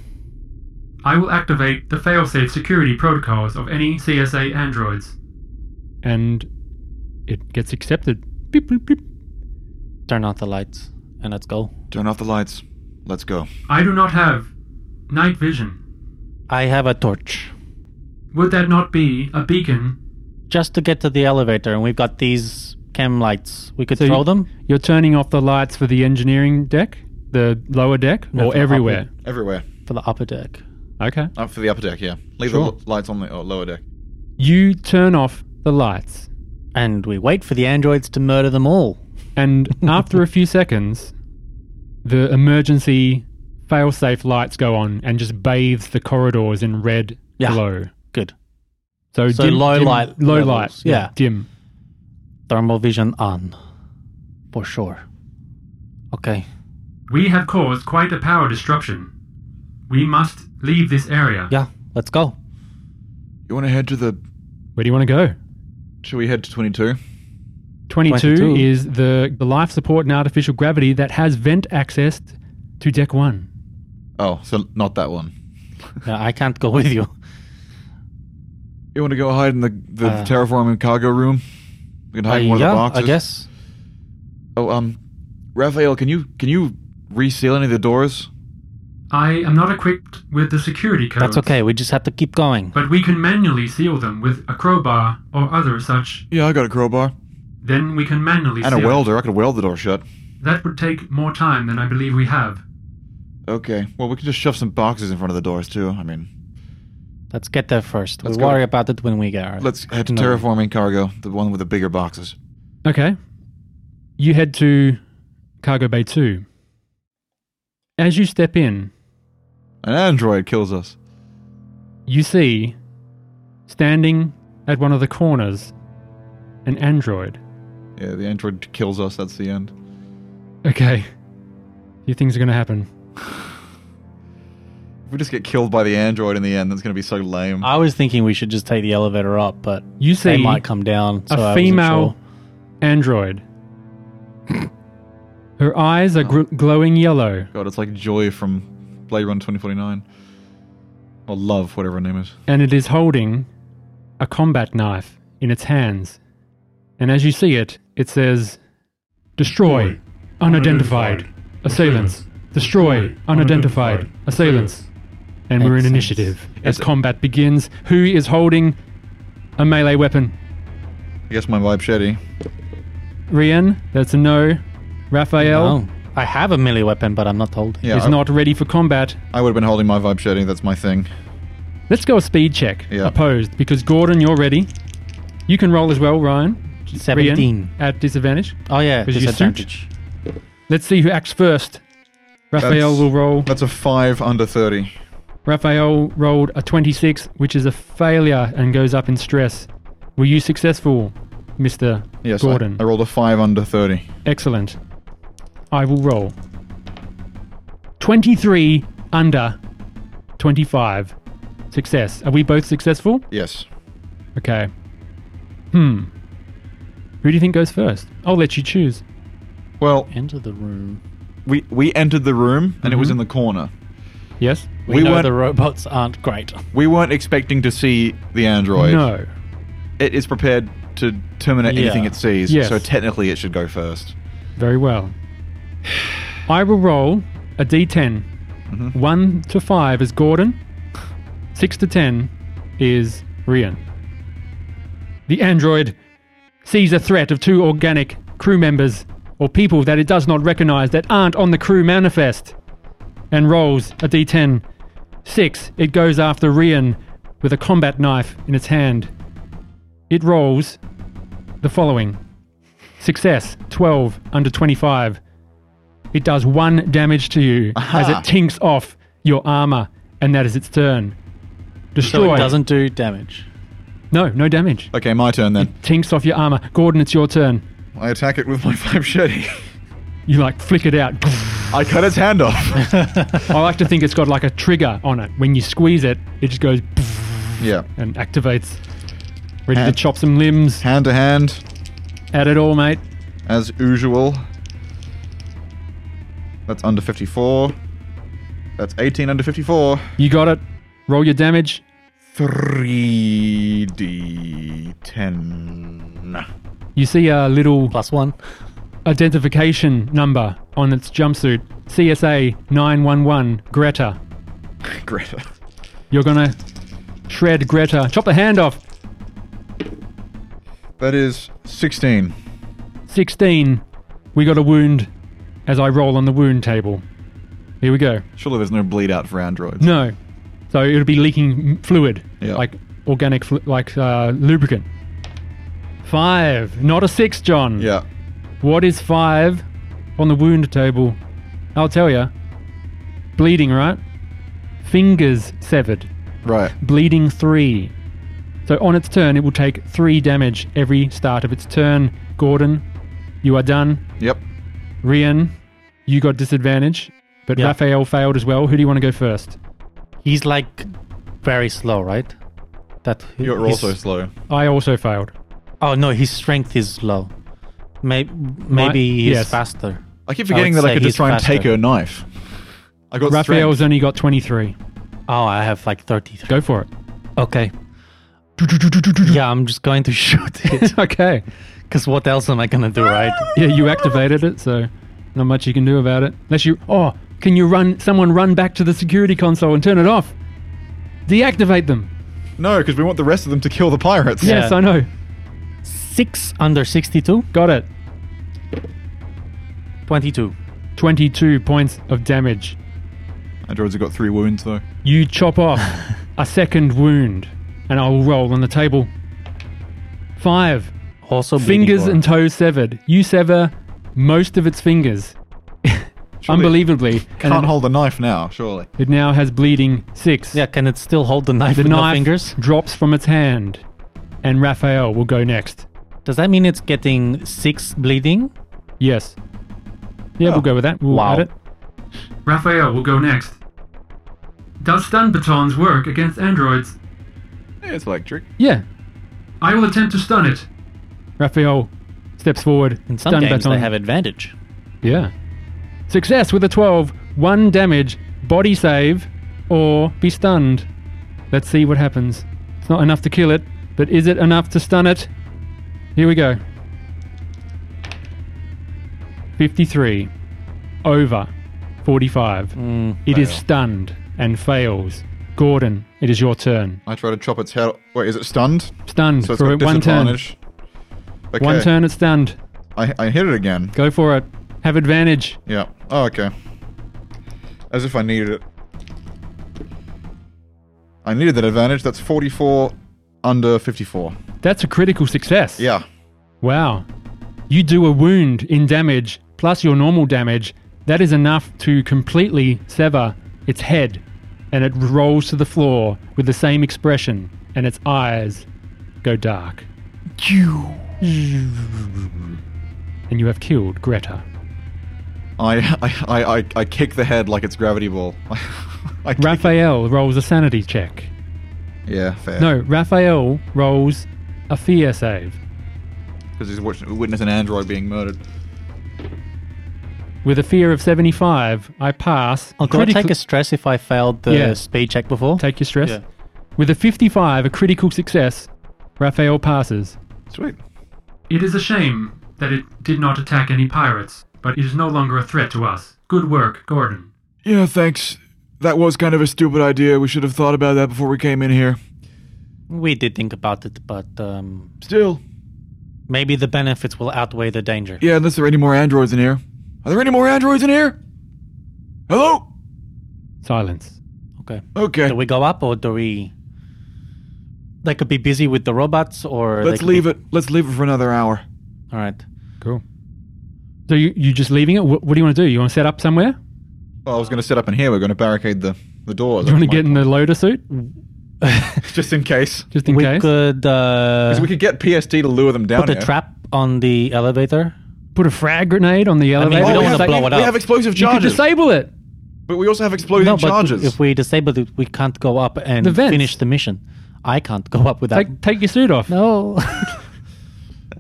[SPEAKER 4] I will activate the failsafe security protocols of any CSA androids.
[SPEAKER 1] and it gets accepted. Beep, beep, beep.
[SPEAKER 3] Turn off the lights and let's go.
[SPEAKER 2] Turn off the lights. Let's go.
[SPEAKER 4] I do not have night vision.
[SPEAKER 3] I have a torch
[SPEAKER 4] Would that not be a beacon?
[SPEAKER 3] just to get to the elevator, and we've got these chem lights. We could
[SPEAKER 1] So
[SPEAKER 3] throw
[SPEAKER 1] you-
[SPEAKER 3] them.
[SPEAKER 1] You're turning off the lights for the engineering deck, the lower deck,
[SPEAKER 3] No,
[SPEAKER 1] or
[SPEAKER 3] for the
[SPEAKER 1] everywhere.
[SPEAKER 2] Everywhere.
[SPEAKER 3] for the upper deck.
[SPEAKER 1] Okay.
[SPEAKER 2] Up for the upper deck, yeah. Leave
[SPEAKER 1] Sure.
[SPEAKER 2] the l- lights on the or lower deck.
[SPEAKER 1] You turn off the lights,
[SPEAKER 3] And we wait for the androids to murder them all.
[SPEAKER 1] and after a few seconds, the emergency failsafe lights go on and just bathes the corridors in red
[SPEAKER 3] Yeah.
[SPEAKER 1] glow.
[SPEAKER 3] Good.
[SPEAKER 1] So,
[SPEAKER 3] So
[SPEAKER 1] dim,
[SPEAKER 3] low
[SPEAKER 1] dim-
[SPEAKER 3] light
[SPEAKER 1] low
[SPEAKER 3] levels,
[SPEAKER 1] light,
[SPEAKER 3] yeah.
[SPEAKER 1] dim.
[SPEAKER 3] Thermal vision on. For sure. Okay.
[SPEAKER 4] We have caused quite a power disruption. We must leave this area.
[SPEAKER 3] Yeah, let's go.
[SPEAKER 2] You wanna head to the.
[SPEAKER 1] Where do you want to go?
[SPEAKER 2] Should we head to 22?
[SPEAKER 1] 22,
[SPEAKER 3] 22.
[SPEAKER 1] is the, the life support and artificial gravity that has vent access to deck one.
[SPEAKER 2] Oh, so not that one.
[SPEAKER 3] Yeah, I can't go with you.
[SPEAKER 2] You wanna go hide in the, the
[SPEAKER 3] Uh,
[SPEAKER 2] terraforming cargo room? We can hide in one
[SPEAKER 3] yeah,
[SPEAKER 2] of the boxes.
[SPEAKER 3] I guess.
[SPEAKER 2] Oh, um, Raphael, can you can you reseal any of the doors?
[SPEAKER 4] I am not equipped with the security codes.
[SPEAKER 3] That's okay. We just have to keep going.
[SPEAKER 4] But we can manually seal them with a crowbar or other such.
[SPEAKER 2] Yeah, I got a crowbar
[SPEAKER 4] Then we can manually
[SPEAKER 2] and
[SPEAKER 4] seal.
[SPEAKER 2] a welder. I could weld the door shut.
[SPEAKER 4] That would take more time than I believe we have.
[SPEAKER 2] Okay. Well, we can just shove some boxes in front of the doors too. I mean,
[SPEAKER 3] Let's get there 1st
[SPEAKER 2] Let's
[SPEAKER 3] we'll
[SPEAKER 2] go.
[SPEAKER 3] worry about it when we get there.
[SPEAKER 2] let's head to
[SPEAKER 3] No.
[SPEAKER 2] terraforming cargo, the one with the bigger boxes.
[SPEAKER 1] Okay. You head to Cargo Bay 2. As you step in,
[SPEAKER 2] An android kills us.
[SPEAKER 1] you see, standing at one of the corners, an android.
[SPEAKER 2] Yeah, the android kills us. That's the end.
[SPEAKER 1] Okay. Few things are going to happen.
[SPEAKER 2] If we just get killed by the android in the end, that's gonna be so lame.
[SPEAKER 3] I was thinking we should just take the elevator up, but
[SPEAKER 1] You see
[SPEAKER 3] they might come down. so I
[SPEAKER 1] a
[SPEAKER 3] wasn't
[SPEAKER 1] female
[SPEAKER 3] sure.
[SPEAKER 1] android. Her eyes are gr- glowing yellow,
[SPEAKER 2] God, it's like Joy from Blade Run 2049. Or Love, whatever her name is.
[SPEAKER 1] and it is holding a combat knife in its hands. And as you see it, it says, Destroy unidentified assailants. Destroy unidentified assailants. And we're in
[SPEAKER 3] Excellent.
[SPEAKER 1] initiative as combat begins. Who is holding a melee weapon?
[SPEAKER 2] I guess my vibe Shetty.
[SPEAKER 1] Rian, that's a no. Raphael
[SPEAKER 3] Oh, I have a melee weapon, but I'm not holding.
[SPEAKER 2] Yeah,
[SPEAKER 1] is
[SPEAKER 2] I,
[SPEAKER 1] not ready for combat.
[SPEAKER 2] I would have been holding my vibe Shetty. That's my thing.
[SPEAKER 1] Let's go a speed check.
[SPEAKER 2] Yeah.
[SPEAKER 1] Opposed, because Gordon, you're ready. You can roll as well, Ryan. Rian,
[SPEAKER 3] 17.
[SPEAKER 1] at disadvantage.
[SPEAKER 3] Oh, yeah.
[SPEAKER 1] Because you
[SPEAKER 3] Disadvantage.
[SPEAKER 1] Let's see who acts first. Raphael
[SPEAKER 2] That's-
[SPEAKER 1] will roll.
[SPEAKER 2] That's a five under thirty.
[SPEAKER 1] Raphael rolled a 26, which is a failure and goes up in stress. Were you successful, Mr.
[SPEAKER 2] Yes, I-
[SPEAKER 1] Gordon?
[SPEAKER 2] I, rolled a five under thirty.
[SPEAKER 1] Excellent. I will roll. 23 under 25. Success. Are we both successful?
[SPEAKER 2] Yes.
[SPEAKER 1] Okay. Hmm. Who do you think goes first? I'll let you choose.
[SPEAKER 2] Well,
[SPEAKER 3] Enter the room.
[SPEAKER 2] we we entered the room and it was in the corner.
[SPEAKER 1] Yes?
[SPEAKER 3] Mm-hmm. We,
[SPEAKER 2] We
[SPEAKER 3] know
[SPEAKER 2] weren't-
[SPEAKER 3] the robots aren't great.
[SPEAKER 2] We weren't expecting to see the android.
[SPEAKER 1] No.
[SPEAKER 2] It is prepared to terminate
[SPEAKER 3] Yeah.
[SPEAKER 2] anything it sees,
[SPEAKER 1] Yes.
[SPEAKER 2] so technically it should go first.
[SPEAKER 1] Very well. I will roll a d10. 1 to 5 is Gordon, 6 to 10 is Rian. The android sees a threat of two organic crew members or people that it does not recognize that aren't on the crew manifest and rolls a d10. 6. It goes after Rian with a combat knife in its hand. It rolls the following Success 12 under 25. It does one damage to you as
[SPEAKER 2] Aha.
[SPEAKER 1] it tinks off your armor, and that is its turn. Destroy.
[SPEAKER 3] So it doesn't do damage.
[SPEAKER 1] No, no damage.
[SPEAKER 2] Okay, my turn then.
[SPEAKER 1] Tinks off your armor. Gordon, it's your turn.
[SPEAKER 2] I attack it with my five machete.
[SPEAKER 1] You like flick it out.
[SPEAKER 2] I cut its hand off.
[SPEAKER 1] I like to think it's got like a trigger on it. When you squeeze it, it just goes
[SPEAKER 2] yeah.
[SPEAKER 1] and activates. Ready
[SPEAKER 2] Hand-
[SPEAKER 1] to chop some limbs.
[SPEAKER 2] Hand to hand,
[SPEAKER 1] At it all, mate.
[SPEAKER 2] as usual. That's under 54. That's 18 under 54.
[SPEAKER 1] You got it. Roll your damage.
[SPEAKER 2] 3d10.
[SPEAKER 1] You see a little
[SPEAKER 3] Plus one.
[SPEAKER 1] identification number on its jumpsuit. CSA 911 Greta.
[SPEAKER 2] Greta.
[SPEAKER 1] You're gonna shred Greta. Chop the hand off.
[SPEAKER 2] That is 16.
[SPEAKER 1] 16. We got a wound as I roll on the wound table. Here we go.
[SPEAKER 2] Surely there's no bleed out for androids.
[SPEAKER 1] No. So it would be leaking fluid,
[SPEAKER 2] Yeah.
[SPEAKER 1] like organic, flu- like uh, lubricant. Five, not a six, John.
[SPEAKER 2] Yeah.
[SPEAKER 1] What is five on the wound table? I'll tell you. Bleeding, right? Fingers severed.
[SPEAKER 2] Right.
[SPEAKER 1] Bleeding three. So on its turn, it will take three damage every start of its turn. Gordon, you are done.
[SPEAKER 2] Yep.
[SPEAKER 1] Rian, you got disadvantage, but
[SPEAKER 3] Yeah.
[SPEAKER 1] Raphael failed as well. Who do you want to go first?
[SPEAKER 3] He's like very slow, right? That
[SPEAKER 2] You're
[SPEAKER 3] his-
[SPEAKER 2] also slow.
[SPEAKER 1] I also failed.
[SPEAKER 3] Oh no, his strength is low. Maybe maybe he's
[SPEAKER 1] yes.
[SPEAKER 3] faster.
[SPEAKER 2] I keep forgetting
[SPEAKER 3] would
[SPEAKER 2] that I
[SPEAKER 3] say
[SPEAKER 2] could just
[SPEAKER 3] he's
[SPEAKER 2] try and
[SPEAKER 3] faster.
[SPEAKER 2] take her knife. I got
[SPEAKER 1] Raphael's
[SPEAKER 2] strength.
[SPEAKER 1] only got 23.
[SPEAKER 3] Oh, I have like thirty-three.
[SPEAKER 1] Go for it.
[SPEAKER 3] Okay. yeah, I'm just going to shoot it.
[SPEAKER 1] okay.
[SPEAKER 3] Because what else am I gonna do, right?
[SPEAKER 1] Yeah, you activated it, so not much you can do about it. Unless you. Oh, can you run. Someone run back to the security console and turn it off? Deactivate them.
[SPEAKER 2] No, because we want the rest of them to kill the pirates.
[SPEAKER 3] Yeah.
[SPEAKER 1] Yes, I know.
[SPEAKER 3] Six under 62?
[SPEAKER 1] Got it.
[SPEAKER 3] 22.
[SPEAKER 1] 22 points of damage.
[SPEAKER 2] Androids have got three wounds, though.
[SPEAKER 1] You chop off a second wound, and I will roll on the table. Five.
[SPEAKER 3] Also bleeding
[SPEAKER 1] fingers
[SPEAKER 3] aura.
[SPEAKER 1] and toes severed. You sever most of its fingers,
[SPEAKER 2] Surely
[SPEAKER 1] unbelievably. and
[SPEAKER 2] Can't
[SPEAKER 1] it,
[SPEAKER 2] hold the knife now, surely.
[SPEAKER 1] it now has bleeding six.
[SPEAKER 3] Yeah, can it still hold the knife
[SPEAKER 1] the
[SPEAKER 3] with no
[SPEAKER 1] knife
[SPEAKER 3] fingers?
[SPEAKER 1] drops from its hand, and Raphael will go next.
[SPEAKER 3] Does that mean it's getting six bleeding?
[SPEAKER 1] Yes. Yeah,
[SPEAKER 2] Oh.
[SPEAKER 1] we'll go with that. We'll
[SPEAKER 3] Wow.
[SPEAKER 1] add it.
[SPEAKER 4] Raphael will go next. Does stun batons work against androids?
[SPEAKER 2] It's electric.
[SPEAKER 1] Yeah.
[SPEAKER 4] I will attempt to stun it.
[SPEAKER 1] Raphael steps forward.
[SPEAKER 3] In some
[SPEAKER 1] stun
[SPEAKER 3] games,
[SPEAKER 1] baton.
[SPEAKER 3] they have advantage.
[SPEAKER 1] Yeah. Success with a 12, one damage, body save, or be stunned. Let's see what happens. It's not enough to kill it, but is it enough to stun it? Here we go. 53. Over. 45. it is
[SPEAKER 2] Hmm, fail.
[SPEAKER 1] stunned and fails. Gordon, it is your turn.
[SPEAKER 2] I try to chop its head. Wait, is it stunned?
[SPEAKER 1] Stunned
[SPEAKER 2] So it's
[SPEAKER 1] for
[SPEAKER 2] got
[SPEAKER 1] one turn.
[SPEAKER 2] disadvantage. Okay.
[SPEAKER 1] One turn, it's stunned.
[SPEAKER 2] I, I hit it again.
[SPEAKER 1] Go for it. Have advantage.
[SPEAKER 2] Yeah. Oh, okay. As if I needed it. I needed that advantage. That's 44 under 54.
[SPEAKER 1] That's a critical success.
[SPEAKER 2] Yeah.
[SPEAKER 1] Wow. You do a wound in damage plus your normal damage. That is enough to completely sever its head, and it rolls to the floor with the same expression, and its eyes go dark. And you have killed Greta.
[SPEAKER 2] I, I, I, I, I kick the head like it's gravity ball. I kick-
[SPEAKER 1] Raphael rolls a sanity check.
[SPEAKER 2] Yeah, fair.
[SPEAKER 1] No, Raphael rolls a fear save
[SPEAKER 2] Because he's watch- witnessing an android being murdered.
[SPEAKER 1] with a fear of 75. I pass.
[SPEAKER 3] I'll go
[SPEAKER 1] Critically-
[SPEAKER 3] take a stress if I failed the
[SPEAKER 1] Yeah.
[SPEAKER 3] speed check before.
[SPEAKER 1] Take your stress.
[SPEAKER 3] Yeah.
[SPEAKER 1] With a 55, a critical success, Raphael passes.
[SPEAKER 2] Sweet.
[SPEAKER 4] It is a shame that it did not attack any pirates, but it is no longer a threat to us. Good work, Gordon.
[SPEAKER 2] Yeah, thanks. That was kind of a stupid idea. We should have thought about that before we came in here.
[SPEAKER 3] We did think about it, but um,
[SPEAKER 2] Still.
[SPEAKER 3] maybe the benefits will outweigh the danger.
[SPEAKER 2] Yeah, unless there are any more androids in here. Are there any more androids in here? Hello?
[SPEAKER 1] Silence.
[SPEAKER 3] Okay.
[SPEAKER 2] Okay.
[SPEAKER 3] Do we go up or do we? They could be busy with the robots, or
[SPEAKER 2] Let's leave it. Let's leave it for another hour.
[SPEAKER 3] All right.
[SPEAKER 1] Cool. So you you just leaving it? What, what do you want to do? You want to set up somewhere?
[SPEAKER 2] Well, I was going to set up in here. We're going to barricade the, the doors.
[SPEAKER 1] You want to get in the loader suit
[SPEAKER 2] just in case.
[SPEAKER 1] just in
[SPEAKER 3] we
[SPEAKER 1] case?
[SPEAKER 3] could uh,
[SPEAKER 2] Because we could get PST to lure them down
[SPEAKER 3] put a
[SPEAKER 2] here.
[SPEAKER 3] trap on the elevator.
[SPEAKER 1] Put a frag grenade on the
[SPEAKER 3] mean,
[SPEAKER 1] elevator.
[SPEAKER 3] we
[SPEAKER 2] Oh, we
[SPEAKER 3] don't wanna
[SPEAKER 2] have-
[SPEAKER 3] blow it
[SPEAKER 2] We
[SPEAKER 3] up.
[SPEAKER 2] have explosive
[SPEAKER 1] you could
[SPEAKER 2] charges,
[SPEAKER 1] disable it.
[SPEAKER 2] but we also have exploding
[SPEAKER 3] no, but
[SPEAKER 2] charges.
[SPEAKER 3] if we disable it, we can't go up and
[SPEAKER 1] Oh, The vents.
[SPEAKER 3] finish the mission. I can't go up without.
[SPEAKER 1] Take take your suit off.
[SPEAKER 3] no.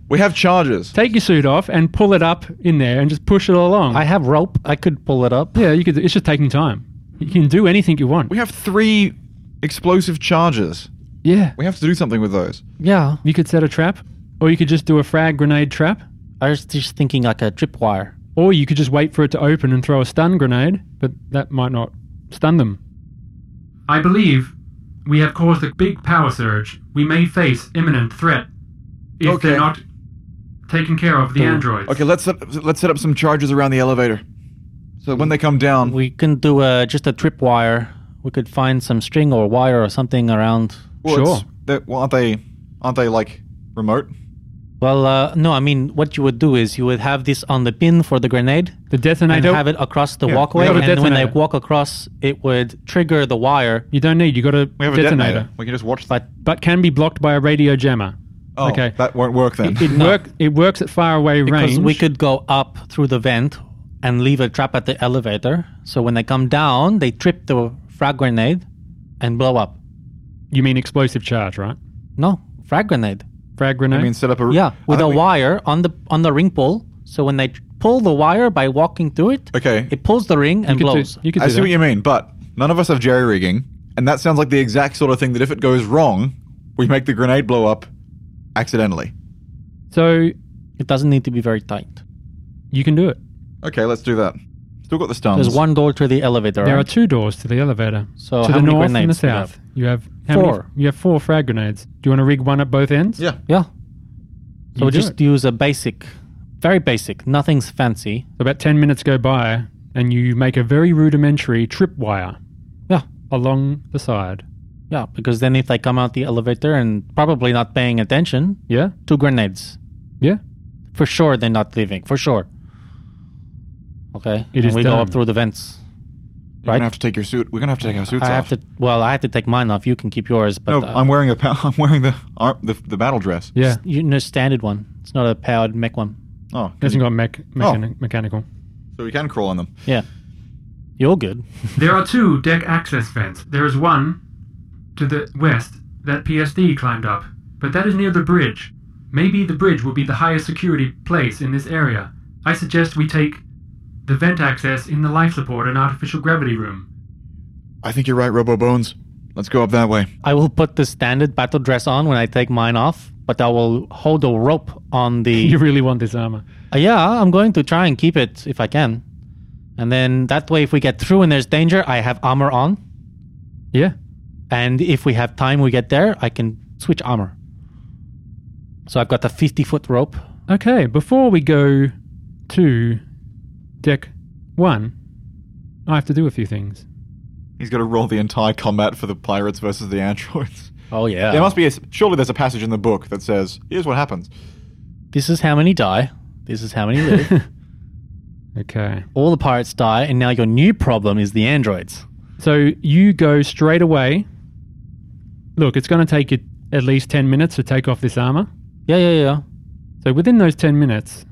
[SPEAKER 2] we have charges.
[SPEAKER 1] Take your suit off and pull it up in there and just push it along.
[SPEAKER 3] I have rope. I could pull it up.
[SPEAKER 1] yeah, you could. It's just taking time. You can do anything you want.
[SPEAKER 2] We have three explosive charges.
[SPEAKER 1] yeah,
[SPEAKER 2] We have to do something with those.
[SPEAKER 3] Yeah.
[SPEAKER 1] you could set a trap, or you could just do a frag grenade trap,
[SPEAKER 3] I was just thinking like a tripwire.
[SPEAKER 1] or you could just wait for it to open and throw a stun grenade. But that might not stun them.
[SPEAKER 4] I believe we have caused a big power surge. We may face imminent threat if
[SPEAKER 2] Okay. Hmm.
[SPEAKER 4] they're not taken care of the androids.
[SPEAKER 2] Okay, let's set, let's set up some charges around the elevator. So when they come down,
[SPEAKER 3] We can do a, just a tripwire. We could find some string or wire or something around.
[SPEAKER 2] well, it's-
[SPEAKER 1] sure.
[SPEAKER 2] they're- well, aren't they? Aren't they like remote?
[SPEAKER 3] Well, uh, no, I mean, what you would do is you would have this on the pin for the grenade
[SPEAKER 1] The
[SPEAKER 3] and
[SPEAKER 1] detonator.
[SPEAKER 3] have it across the
[SPEAKER 2] Yeah,
[SPEAKER 3] walkway.
[SPEAKER 1] we have a
[SPEAKER 3] And when they
[SPEAKER 1] detonator.
[SPEAKER 3] walk across, it would trigger the wire.
[SPEAKER 1] You don't need. You got a
[SPEAKER 2] We have a
[SPEAKER 1] detonator,
[SPEAKER 2] detonator. We can just watch.
[SPEAKER 3] But
[SPEAKER 1] but can be blocked by a radio jammer.
[SPEAKER 2] oh,
[SPEAKER 1] okay.
[SPEAKER 2] that won't work then.
[SPEAKER 1] It, it work. It works at far away
[SPEAKER 3] because
[SPEAKER 1] range.
[SPEAKER 3] we could go up through the vent and leave a trap at the elevator. So when they come down, they trip the frag grenade and blow up.
[SPEAKER 1] you mean explosive charge, right?
[SPEAKER 3] No, frag grenade.
[SPEAKER 1] Frag grenade.
[SPEAKER 2] I mean, set up a
[SPEAKER 3] Yeah, with
[SPEAKER 2] I
[SPEAKER 3] a
[SPEAKER 2] think we-
[SPEAKER 3] wire on the on the ring pull. So when they pull the wire by walking through it,
[SPEAKER 2] Okay.
[SPEAKER 3] it pulls the ring and
[SPEAKER 1] you could
[SPEAKER 3] blows.
[SPEAKER 1] do. You could
[SPEAKER 2] I
[SPEAKER 1] do
[SPEAKER 2] see
[SPEAKER 1] that.
[SPEAKER 2] what you mean, but none of us have jerry rigging, and that sounds like the exact sort of thing that if it goes wrong, we make the grenade blow up accidentally.
[SPEAKER 1] so
[SPEAKER 3] It doesn't need to be very tight.
[SPEAKER 1] you can do it.
[SPEAKER 2] Okay, let's do that. Still got the stuns.
[SPEAKER 3] There's one door to the elevator.
[SPEAKER 1] There are
[SPEAKER 3] right?
[SPEAKER 1] two doors to the elevator.
[SPEAKER 3] So
[SPEAKER 1] to
[SPEAKER 3] how
[SPEAKER 1] the
[SPEAKER 3] many
[SPEAKER 1] north and the
[SPEAKER 3] grenades do you
[SPEAKER 1] south.
[SPEAKER 3] have?
[SPEAKER 1] You have how
[SPEAKER 3] Four.
[SPEAKER 1] Many, you have four frag grenades. Do you want to rig one at both ends?
[SPEAKER 2] Yeah.
[SPEAKER 3] yeah.
[SPEAKER 1] You
[SPEAKER 3] So we
[SPEAKER 1] do
[SPEAKER 3] just
[SPEAKER 1] it.
[SPEAKER 3] use a basic, very basic. Nothing's fancy.
[SPEAKER 1] About ten minutes go by, and you make a very rudimentary tripwire
[SPEAKER 3] Yeah,
[SPEAKER 1] along the side.
[SPEAKER 3] yeah. Because then if they come out the elevator and probably not paying attention,
[SPEAKER 1] Yeah,
[SPEAKER 3] two grenades
[SPEAKER 1] yeah.
[SPEAKER 3] for sure. They're not leaving for sure. Okay,
[SPEAKER 1] It
[SPEAKER 3] and
[SPEAKER 1] is
[SPEAKER 3] we go
[SPEAKER 1] done.
[SPEAKER 3] up through the vents.
[SPEAKER 2] You're
[SPEAKER 3] right?
[SPEAKER 2] gonna have to take your suit. We're gonna have to take our suits
[SPEAKER 3] I
[SPEAKER 2] off.
[SPEAKER 3] have to. Well, I have to take mine off. You can keep yours, but
[SPEAKER 2] no,
[SPEAKER 3] uh,
[SPEAKER 2] I'm wearing a pa- I'm wearing the arm the, the battle dress.
[SPEAKER 1] Yeah,
[SPEAKER 3] You know, standard one. It's not a powered mech one.
[SPEAKER 2] Oh,
[SPEAKER 1] hasn't got mech, mechani- mechanical.
[SPEAKER 2] so we can crawl on them.
[SPEAKER 3] Yeah. You're good.
[SPEAKER 4] There are two deck access vents. There is one to the west that PSD climbed up, but that is near the bridge. Maybe the bridge will be the highest security place in this area. I suggest we take the vent access in the life support and artificial gravity room.
[SPEAKER 2] I think you're right, Robo Bones. Let's go up that way.
[SPEAKER 3] I will put the standard battle dress on when I take mine off, but I will hold a rope on the.
[SPEAKER 1] You really want this armor?
[SPEAKER 3] Uh, yeah, I'm going to try and keep it if I can. And then that way, if we get through and there's danger, I have armor on.
[SPEAKER 1] Yeah.
[SPEAKER 3] And if we have time, we get there, I can switch armor. So I've got the 50 foot rope.
[SPEAKER 1] Okay, before we go to deck one, I have to do a few things.
[SPEAKER 2] He's got to roll the entire combat for the pirates versus the androids.
[SPEAKER 3] Oh yeah.
[SPEAKER 2] There must be a, surely there's a passage in the book that says, "Here's what happens."
[SPEAKER 3] This is how many die. This is how many live.
[SPEAKER 1] Okay.
[SPEAKER 3] All the pirates die, and now your new problem is the androids.
[SPEAKER 1] So you go straight away. Look, it's going to take you at least 10 minutes to take off this armor.
[SPEAKER 3] Yeah, yeah, yeah.
[SPEAKER 1] So within those 10 minutes,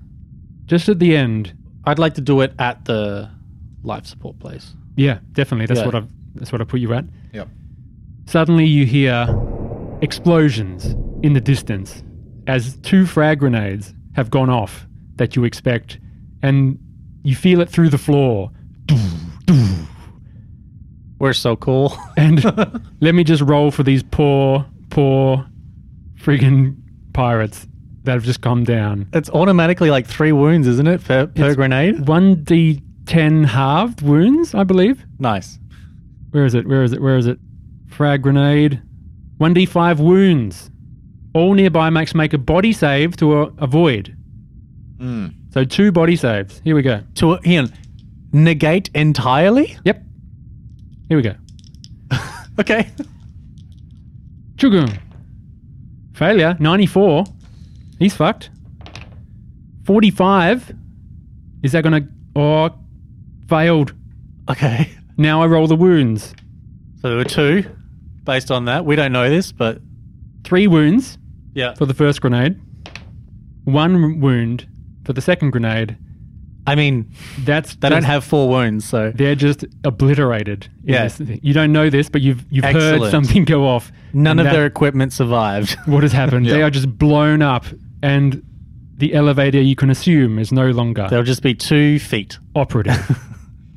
[SPEAKER 1] just at the end,
[SPEAKER 3] I'd like to do it at the life support place.
[SPEAKER 1] yeah, definitely. That's
[SPEAKER 3] Yeah.
[SPEAKER 1] what I've that's what I put you at.
[SPEAKER 2] Yep.
[SPEAKER 1] Suddenly you hear explosions in the distance as two frag grenades have gone off that you expect and you feel it through the floor.
[SPEAKER 3] We're so cool.
[SPEAKER 1] And let me just roll for these poor, poor friggin' pirates that have just come down.
[SPEAKER 3] it's automatically like three wounds, isn't it, per, per
[SPEAKER 1] It's-
[SPEAKER 3] grenade?
[SPEAKER 1] 1d10 halved wounds, I believe.
[SPEAKER 3] Nice.
[SPEAKER 1] Where is it? Where is it? Where is it? Frag grenade. 1d5 wounds. All nearby max make a body save to uh, avoid.
[SPEAKER 2] Mm.
[SPEAKER 1] So two body saves. Here we go.
[SPEAKER 3] To Ian, negate entirely.
[SPEAKER 1] Yep. Here we go.
[SPEAKER 3] Okay.
[SPEAKER 1] Chugun. Failure. 94. He's fucked. 45. Is that going to. Oh, failed.
[SPEAKER 3] Okay.
[SPEAKER 1] Now I roll the wounds.
[SPEAKER 3] So there were two, based on that. We don't know this, but
[SPEAKER 1] Three wounds
[SPEAKER 3] yeah.
[SPEAKER 1] for the first grenade, one wound for the second grenade.
[SPEAKER 3] I mean,
[SPEAKER 1] That's
[SPEAKER 3] they don't
[SPEAKER 1] just-
[SPEAKER 3] have four wounds, so
[SPEAKER 1] They're just obliterated. in
[SPEAKER 3] Yeah.
[SPEAKER 1] this thing. You don't know this, but you've you've heard
[SPEAKER 3] Excellent.
[SPEAKER 1] something go off.
[SPEAKER 3] none
[SPEAKER 1] and
[SPEAKER 3] of
[SPEAKER 1] that-
[SPEAKER 3] their equipment survived.
[SPEAKER 1] what has happened. They
[SPEAKER 2] Yeah.
[SPEAKER 1] are just blown up, and the elevator you can assume is no longer
[SPEAKER 3] There'll just be two feet,
[SPEAKER 1] operative.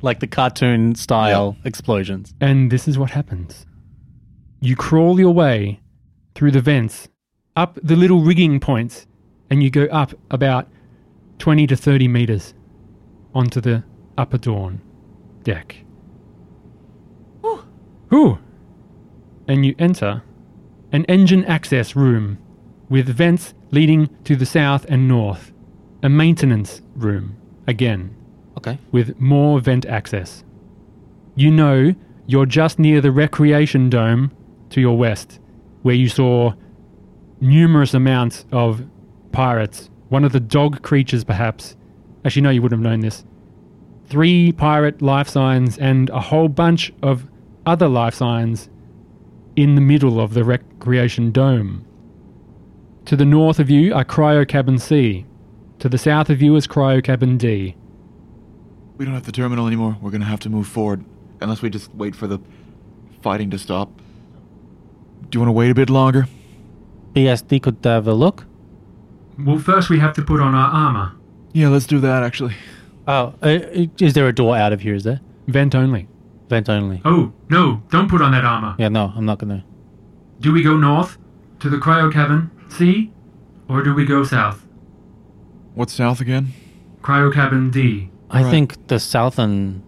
[SPEAKER 3] like the cartoon style explosions.
[SPEAKER 1] And this is what happens. You crawl your way through the vents, up the little rigging points, and you go up about 20 to 30 meters onto the upper dawn deck. Whew. And you enter an engine access room with vents leading to the south and north, a maintenance room again
[SPEAKER 3] Okay.
[SPEAKER 1] with more vent access. You know you're just near the recreation dome to your west, where you saw numerous amounts of pirates. One of the dog creatures, perhaps. Actually, no, you wouldn't have known this. Three pirate life signs and a whole bunch of other life signs in the middle of the recreation dome. To the north of you are Cryo Cabin C. To the south of you is Cryo Cabin D.
[SPEAKER 2] We don't have the terminal anymore. We're gonna have to move forward, unless we just wait for the fighting to stop. Do you want to wait a bit longer?
[SPEAKER 3] BSD could have a look.
[SPEAKER 4] Well, first we have to put on our armor.
[SPEAKER 2] Yeah, let's do that. Actually,
[SPEAKER 3] Oh, uh, is there a door out of here? Is there
[SPEAKER 1] Vent only.
[SPEAKER 3] vent only?
[SPEAKER 4] Oh, no, don't put on that armor.
[SPEAKER 3] Yeah, no, I'm not gonna.
[SPEAKER 4] Do we go north to the cryo cabin C, or do we go south?
[SPEAKER 2] what's south again?
[SPEAKER 4] Cryo cabin D.
[SPEAKER 3] I
[SPEAKER 2] Right.
[SPEAKER 3] think the southern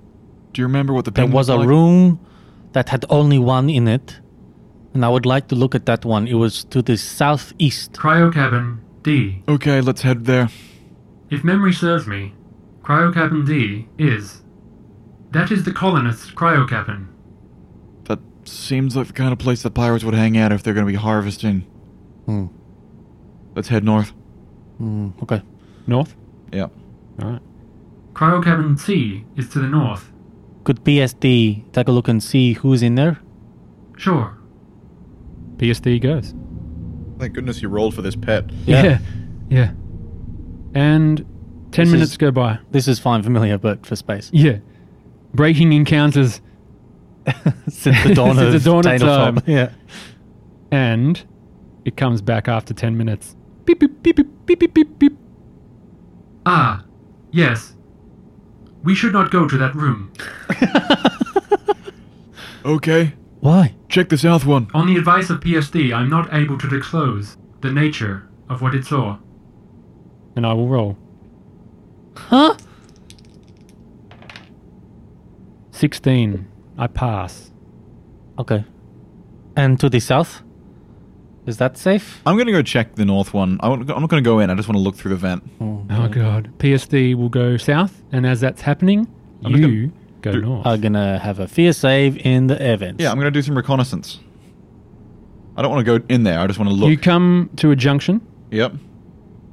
[SPEAKER 2] Do you remember what the
[SPEAKER 3] there
[SPEAKER 2] thing
[SPEAKER 3] was a
[SPEAKER 2] like?
[SPEAKER 3] room that had only one in it, and I would like to look at that one. It was to the southeast.
[SPEAKER 4] Cryo cabin D.
[SPEAKER 2] Okay, let's head there.
[SPEAKER 4] If memory serves me, cryo cabin D is. That is the colonists' cryo cabin.
[SPEAKER 2] That seems like the kind of place the pirates would hang out if they're gonna be harvesting.
[SPEAKER 3] Hmm.
[SPEAKER 2] Let's head north.
[SPEAKER 3] Hmm, okay.
[SPEAKER 1] North?
[SPEAKER 2] Yeah.
[SPEAKER 1] All right.
[SPEAKER 4] Cryo cabin C is to the north.
[SPEAKER 3] Could BSD take a look and see who's in there?
[SPEAKER 4] Sure.
[SPEAKER 1] PSD goes.
[SPEAKER 2] Thank goodness you rolled for this pet.
[SPEAKER 3] Yeah.
[SPEAKER 1] Yeah. Yeah. And 10
[SPEAKER 3] This
[SPEAKER 1] minutes
[SPEAKER 3] is-
[SPEAKER 1] go by.
[SPEAKER 3] This is fine, familiar, but for space.
[SPEAKER 1] Yeah. Breaking encounters
[SPEAKER 3] Since the dawn
[SPEAKER 1] Since
[SPEAKER 3] of
[SPEAKER 1] the dawn of
[SPEAKER 3] Daniel
[SPEAKER 1] time.
[SPEAKER 3] Yeah.
[SPEAKER 1] and it comes back after 10 minutes. Beep, beep, beep, beep, beep, beep, beep, beep.
[SPEAKER 4] Ah, yes. We should not go to that room.
[SPEAKER 2] Okay,
[SPEAKER 3] Why?
[SPEAKER 2] check the south one.
[SPEAKER 4] On the advice of PSD, I'm not able to disclose the nature of what it saw.
[SPEAKER 1] And I will roll.
[SPEAKER 3] Huh?
[SPEAKER 1] 16. I pass.
[SPEAKER 3] Okay. And to the south? Is that safe?
[SPEAKER 2] I'm gonna go check the north one. I won't- I'm not gonna go in. I just want to look
[SPEAKER 3] Mm.
[SPEAKER 2] through the vent.
[SPEAKER 1] Oh, God. PSD will go south. And as that's happening,
[SPEAKER 2] I'm just
[SPEAKER 1] you Go
[SPEAKER 2] Do-
[SPEAKER 1] north.
[SPEAKER 3] are gonna have a fear save in the event.
[SPEAKER 2] Yeah, I'm going to do some reconnaissance. I don't want to go in there. I just want to look.
[SPEAKER 1] You come to a junction
[SPEAKER 2] yep.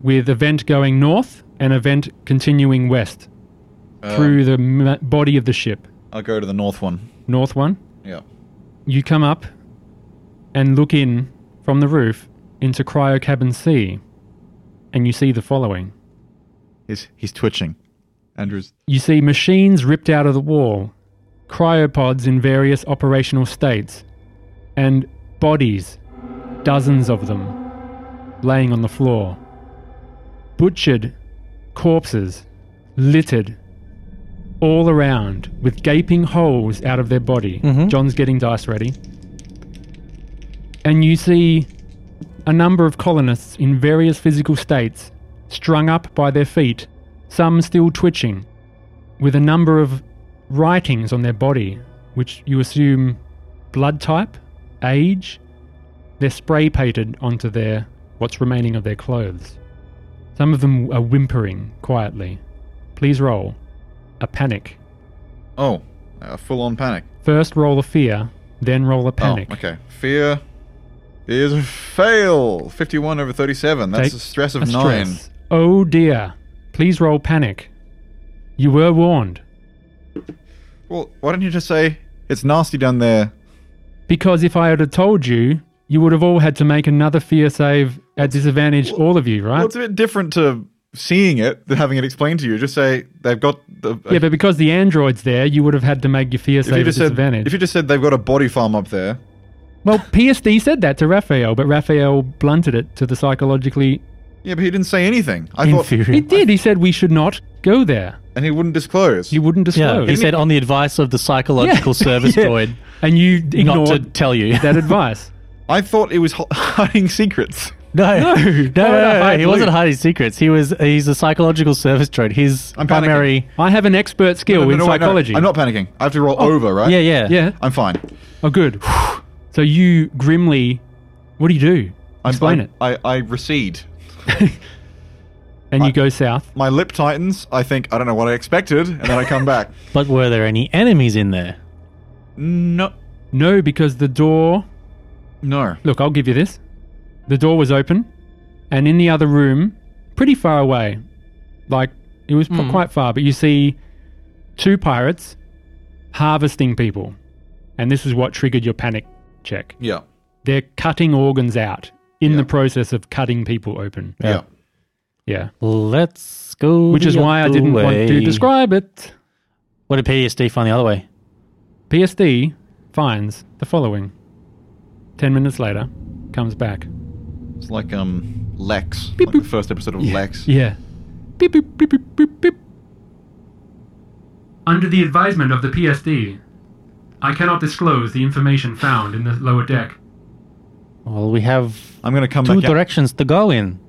[SPEAKER 1] with event going north and event continuing west
[SPEAKER 2] Um,
[SPEAKER 1] through the m- body of the ship.
[SPEAKER 2] I'll go to the north one.
[SPEAKER 1] North one.
[SPEAKER 2] Yep.
[SPEAKER 1] You come up and look in from the roof into Cryo Cabin C, and you see the following.
[SPEAKER 2] He's he's twitching. Andrew's.
[SPEAKER 1] You see machines ripped out of the wall, cryopods in various operational states, and bodies, dozens of them, laying on the floor. Butchered corpses, littered all around with gaping holes out of their body.
[SPEAKER 3] Mhm.
[SPEAKER 1] John's getting dice ready. And you see a number of colonists in various physical states, strung up by their feet, some still twitching, with a number of writings on their body, which you assume blood type, age. They're spray painted onto their what's remaining of their clothes. Some of them are whimpering quietly. Please roll a panic.
[SPEAKER 2] Oh, uh, full on panic.
[SPEAKER 1] First roll a fear, then roll a panic.
[SPEAKER 2] Oh, okay. Fear is a fail. 51 over 37. That's
[SPEAKER 1] Take
[SPEAKER 2] a stress of
[SPEAKER 1] a
[SPEAKER 2] nine.
[SPEAKER 1] stress. Oh dear. Please roll panic. You were warned.
[SPEAKER 2] Well, why don't you just say it's nasty down there?
[SPEAKER 1] Because if I had have told you, you would have all had to make another fear save at disadvantage, all of you, right?
[SPEAKER 2] Well, it's a bit different to seeing it than having it explained to you. Just say they've got the.
[SPEAKER 1] yeah, but because the android's there, you would have had to make your fear
[SPEAKER 2] if you
[SPEAKER 1] save at
[SPEAKER 2] just said
[SPEAKER 1] disadvantage.
[SPEAKER 2] if you just said they've got a body farm up there,
[SPEAKER 1] well, PSD said that to Raphael, but Raphael blunted it to the psychologically.
[SPEAKER 2] yeah, but he didn't say anything. I thought,
[SPEAKER 1] He
[SPEAKER 3] Inferior.
[SPEAKER 1] did. He said we should not go there.
[SPEAKER 2] and he wouldn't disclose.
[SPEAKER 1] He wouldn't
[SPEAKER 3] Yeah,
[SPEAKER 1] disclose.
[SPEAKER 3] he said on the advice of the psychological
[SPEAKER 1] Yeah.
[SPEAKER 3] service
[SPEAKER 1] Yeah.
[SPEAKER 3] droid
[SPEAKER 1] and you
[SPEAKER 3] not to
[SPEAKER 1] ignored
[SPEAKER 3] tell you.
[SPEAKER 1] that advice.
[SPEAKER 2] I thought it was ho- hiding secrets.
[SPEAKER 3] No, no, no, no,
[SPEAKER 1] hide
[SPEAKER 3] he
[SPEAKER 1] Luke.
[SPEAKER 3] wasn't hiding secrets. He was he's a psychological service droid. His
[SPEAKER 2] I'm panicking.
[SPEAKER 3] primary,
[SPEAKER 1] I have an expert skill
[SPEAKER 2] No, no,
[SPEAKER 1] in
[SPEAKER 2] no, wait, no.
[SPEAKER 1] psychology. Oh,
[SPEAKER 2] I'm not panicking. I have to roll over, right?
[SPEAKER 3] yeah, yeah,
[SPEAKER 1] Yeah.
[SPEAKER 2] I'm fine.
[SPEAKER 1] Oh, good. so you grimly, what do you do?
[SPEAKER 2] I'm,
[SPEAKER 1] Explain
[SPEAKER 2] i
[SPEAKER 1] it.
[SPEAKER 2] I, I recede.
[SPEAKER 1] And
[SPEAKER 2] I-
[SPEAKER 1] you go south.
[SPEAKER 2] My lip tightens. I think I don't know what I expected, and then I come back.
[SPEAKER 3] But were there any enemies in there?
[SPEAKER 2] No,
[SPEAKER 1] No, because the door.
[SPEAKER 2] no.
[SPEAKER 1] Look, I'll give you this. The door was open, and in the other room, pretty far away, like it was p-
[SPEAKER 2] Hmm.
[SPEAKER 1] quite far, but you see two pirates harvesting people. And this is what triggered your panic check.
[SPEAKER 2] Yeah,
[SPEAKER 1] They're cutting organs out in
[SPEAKER 2] Yeah.
[SPEAKER 1] the process of cutting people open.
[SPEAKER 2] yeah.
[SPEAKER 1] Yeah.
[SPEAKER 3] Let's go.
[SPEAKER 1] Which
[SPEAKER 3] the
[SPEAKER 1] is why I
[SPEAKER 3] other
[SPEAKER 1] didn't want to
[SPEAKER 3] way.
[SPEAKER 1] describe it.
[SPEAKER 3] What did PSD find the other way?
[SPEAKER 1] PSD finds the following. Ten minutes later, comes back.
[SPEAKER 2] It's like um Lex,
[SPEAKER 1] Beep,
[SPEAKER 2] like
[SPEAKER 1] boop.
[SPEAKER 2] the first episode of Lex.
[SPEAKER 1] Yeah. Beep, beep, beep, beep, beep, beep.
[SPEAKER 4] Under the advisement of the PSD, I cannot disclose the information found in the lower deck.
[SPEAKER 3] Well, we have
[SPEAKER 2] I'm gonna come
[SPEAKER 3] two
[SPEAKER 2] back. Out.
[SPEAKER 3] directions to go in.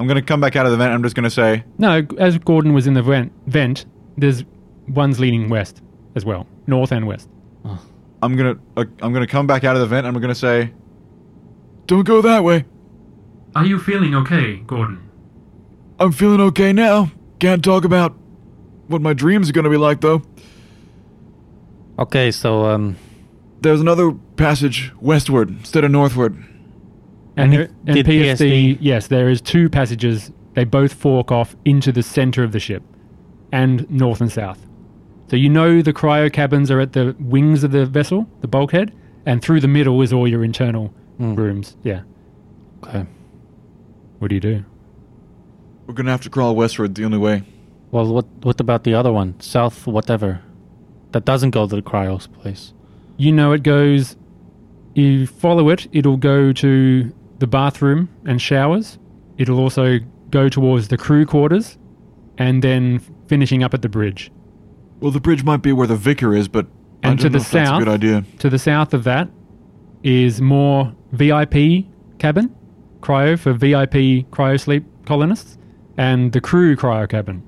[SPEAKER 2] I'm gonna come back out of the vent. I'm just gonna say
[SPEAKER 1] No, as Gordon was in the vent, vent, there's one's leaning west as well, north and west.
[SPEAKER 2] I'm gonna uh, I'm gonna come back out of the vent. and I'm gonna say, don't go that way.
[SPEAKER 4] Are you feeling okay, Gordon?
[SPEAKER 2] I'm feeling okay now. Can't talk about what my dreams are gonna be like though.
[SPEAKER 3] Okay, so um,
[SPEAKER 2] There's another passage westward instead of northward.
[SPEAKER 1] And,
[SPEAKER 3] And
[SPEAKER 1] there- and
[SPEAKER 3] did
[SPEAKER 1] PSD,
[SPEAKER 3] PSD
[SPEAKER 1] yes, there is two passages. They both fork off into the center of the ship, and north and south. So you know the cryo cabins are at the wings of the vessel, the bulkhead, and through the middle is all your internal rooms. Yeah.
[SPEAKER 3] okay.
[SPEAKER 1] Hmm. What do you do?
[SPEAKER 2] We're gonna have to crawl westward. The only way.
[SPEAKER 3] Well, what what about the other one? South, whatever. That doesn't go to the cryos place.
[SPEAKER 1] You know it goes. You follow it. It'll go to the bathroom and showers. It'll also go towards the crew quarters, and then finishing up at the bridge.
[SPEAKER 2] Well, the bridge might be where the vicar is, but I
[SPEAKER 1] And
[SPEAKER 2] don't
[SPEAKER 1] to the
[SPEAKER 2] know if that's a
[SPEAKER 1] south,
[SPEAKER 2] good idea.
[SPEAKER 1] to the south of that is more VIP cabin, cryo for VIP cryo sleep colonists, and the crew cryo cabin.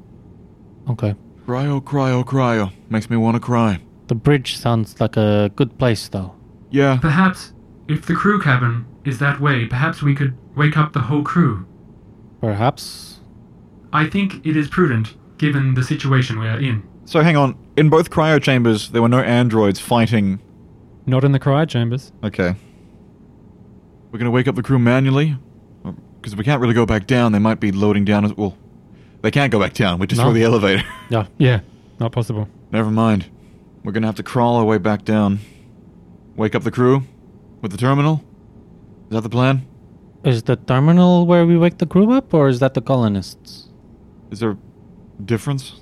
[SPEAKER 3] Okay.
[SPEAKER 2] Cryo, cryo, cryo. Makes me want to cry.
[SPEAKER 3] The bridge sounds like a good place, though.
[SPEAKER 2] Yeah.
[SPEAKER 4] Perhaps, if the crew cabin is that way, perhaps we could wake up the whole crew.
[SPEAKER 3] Perhaps.
[SPEAKER 4] I think it is prudent, given the situation we are in.
[SPEAKER 2] So hang on. In both cryo chambers, there were no androids fighting.
[SPEAKER 1] Not in the cryo chambers.
[SPEAKER 2] Okay. We're gonna wake up the crew manually, because we can't really go back down. They might be loading down. As, well, they can't go back down. We just
[SPEAKER 3] No.
[SPEAKER 2] saw the elevator.
[SPEAKER 3] Yeah.
[SPEAKER 1] Yeah, not possible.
[SPEAKER 2] Never mind. We're gonna have to crawl our way back down. Wake up the crew with the terminal. Is that the plan?
[SPEAKER 3] Is the terminal where we wake the crew up, or is that the colonists?
[SPEAKER 2] Is there a difference?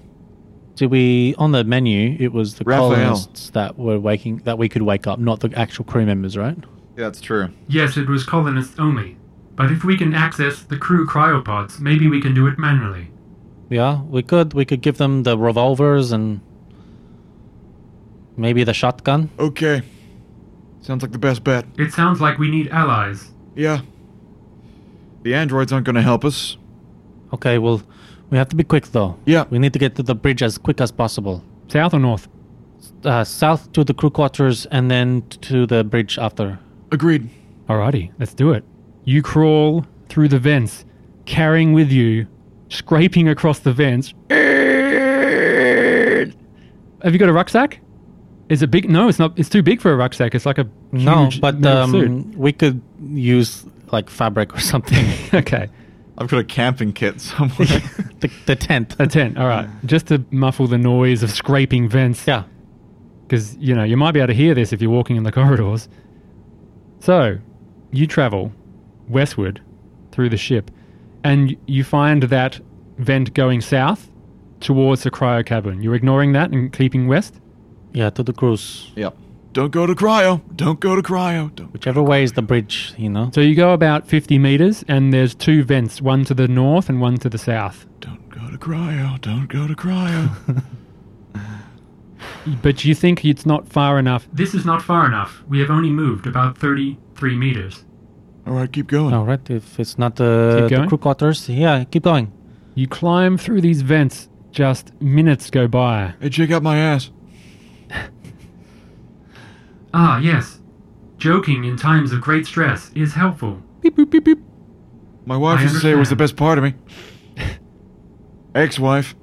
[SPEAKER 3] Did we on the menu? It was the
[SPEAKER 2] Raphael.
[SPEAKER 3] colonists that were waking that we could wake up, not the actual crew members, right?
[SPEAKER 2] Yeah, that's true.
[SPEAKER 4] Yes, it was colonists only. But if we can access the crew cryopods, maybe we can do it manually.
[SPEAKER 3] Yeah, we could. We could give them the revolvers and maybe the shotgun.
[SPEAKER 2] Okay. Sounds like the best bet.
[SPEAKER 4] It sounds like we need allies.
[SPEAKER 2] Yeah. The androids aren't gonna help us.
[SPEAKER 3] Okay, well, we have to be quick though.
[SPEAKER 2] Yeah.
[SPEAKER 3] We need to get to the bridge as quick as possible.
[SPEAKER 1] South or north?
[SPEAKER 3] Uh, south to the crew quarters and then to the bridge after.
[SPEAKER 2] Agreed.
[SPEAKER 1] Alrighty, let's do it. You crawl through the vents, carrying with you, scraping across the vents. Have you got a rucksack? Is it big? No, it's not. It's too big for a rucksack. It's like a
[SPEAKER 3] no,
[SPEAKER 1] huge
[SPEAKER 3] but
[SPEAKER 1] metal suit.
[SPEAKER 3] um, we could use like fabric or something.
[SPEAKER 1] okay,
[SPEAKER 2] I've got a camping kit somewhere.
[SPEAKER 3] the, the tent.
[SPEAKER 1] a tent. All right, just to muffle the noise of scraping vents.
[SPEAKER 3] Yeah.
[SPEAKER 1] because you know you might be able to hear this if you're walking in the corridors. So, you travel westward through the ship, and you find that vent going south towards the cryo cabin. You're ignoring that and keeping west.
[SPEAKER 3] Yeah, to the cruise.
[SPEAKER 2] yep. Don't go to cryo. Don't go to cryo. Don't.
[SPEAKER 3] Whichever way is the bridge, you know?
[SPEAKER 1] So you go about 50 meters, and there's two vents, one to the north and one to the south.
[SPEAKER 2] Don't go to cryo. Don't go to cryo.
[SPEAKER 1] But you think it's not far enough.
[SPEAKER 4] This is not far enough. We have only moved about 33 meters.
[SPEAKER 2] All right, keep going.
[SPEAKER 3] All right, if it's not the,
[SPEAKER 1] Hmm. Keep
[SPEAKER 3] the
[SPEAKER 1] going?
[SPEAKER 3] crew quarters, yeah, keep going.
[SPEAKER 1] You climb through these vents. Just minutes go by.
[SPEAKER 2] Hey, check out my ass.
[SPEAKER 4] Ah, yes. Joking in times of great stress is helpful.
[SPEAKER 1] Beep boop beep beep.
[SPEAKER 2] My wife
[SPEAKER 4] I
[SPEAKER 2] used to say it was the
[SPEAKER 4] understand.
[SPEAKER 2] best part of me. Ex-wife.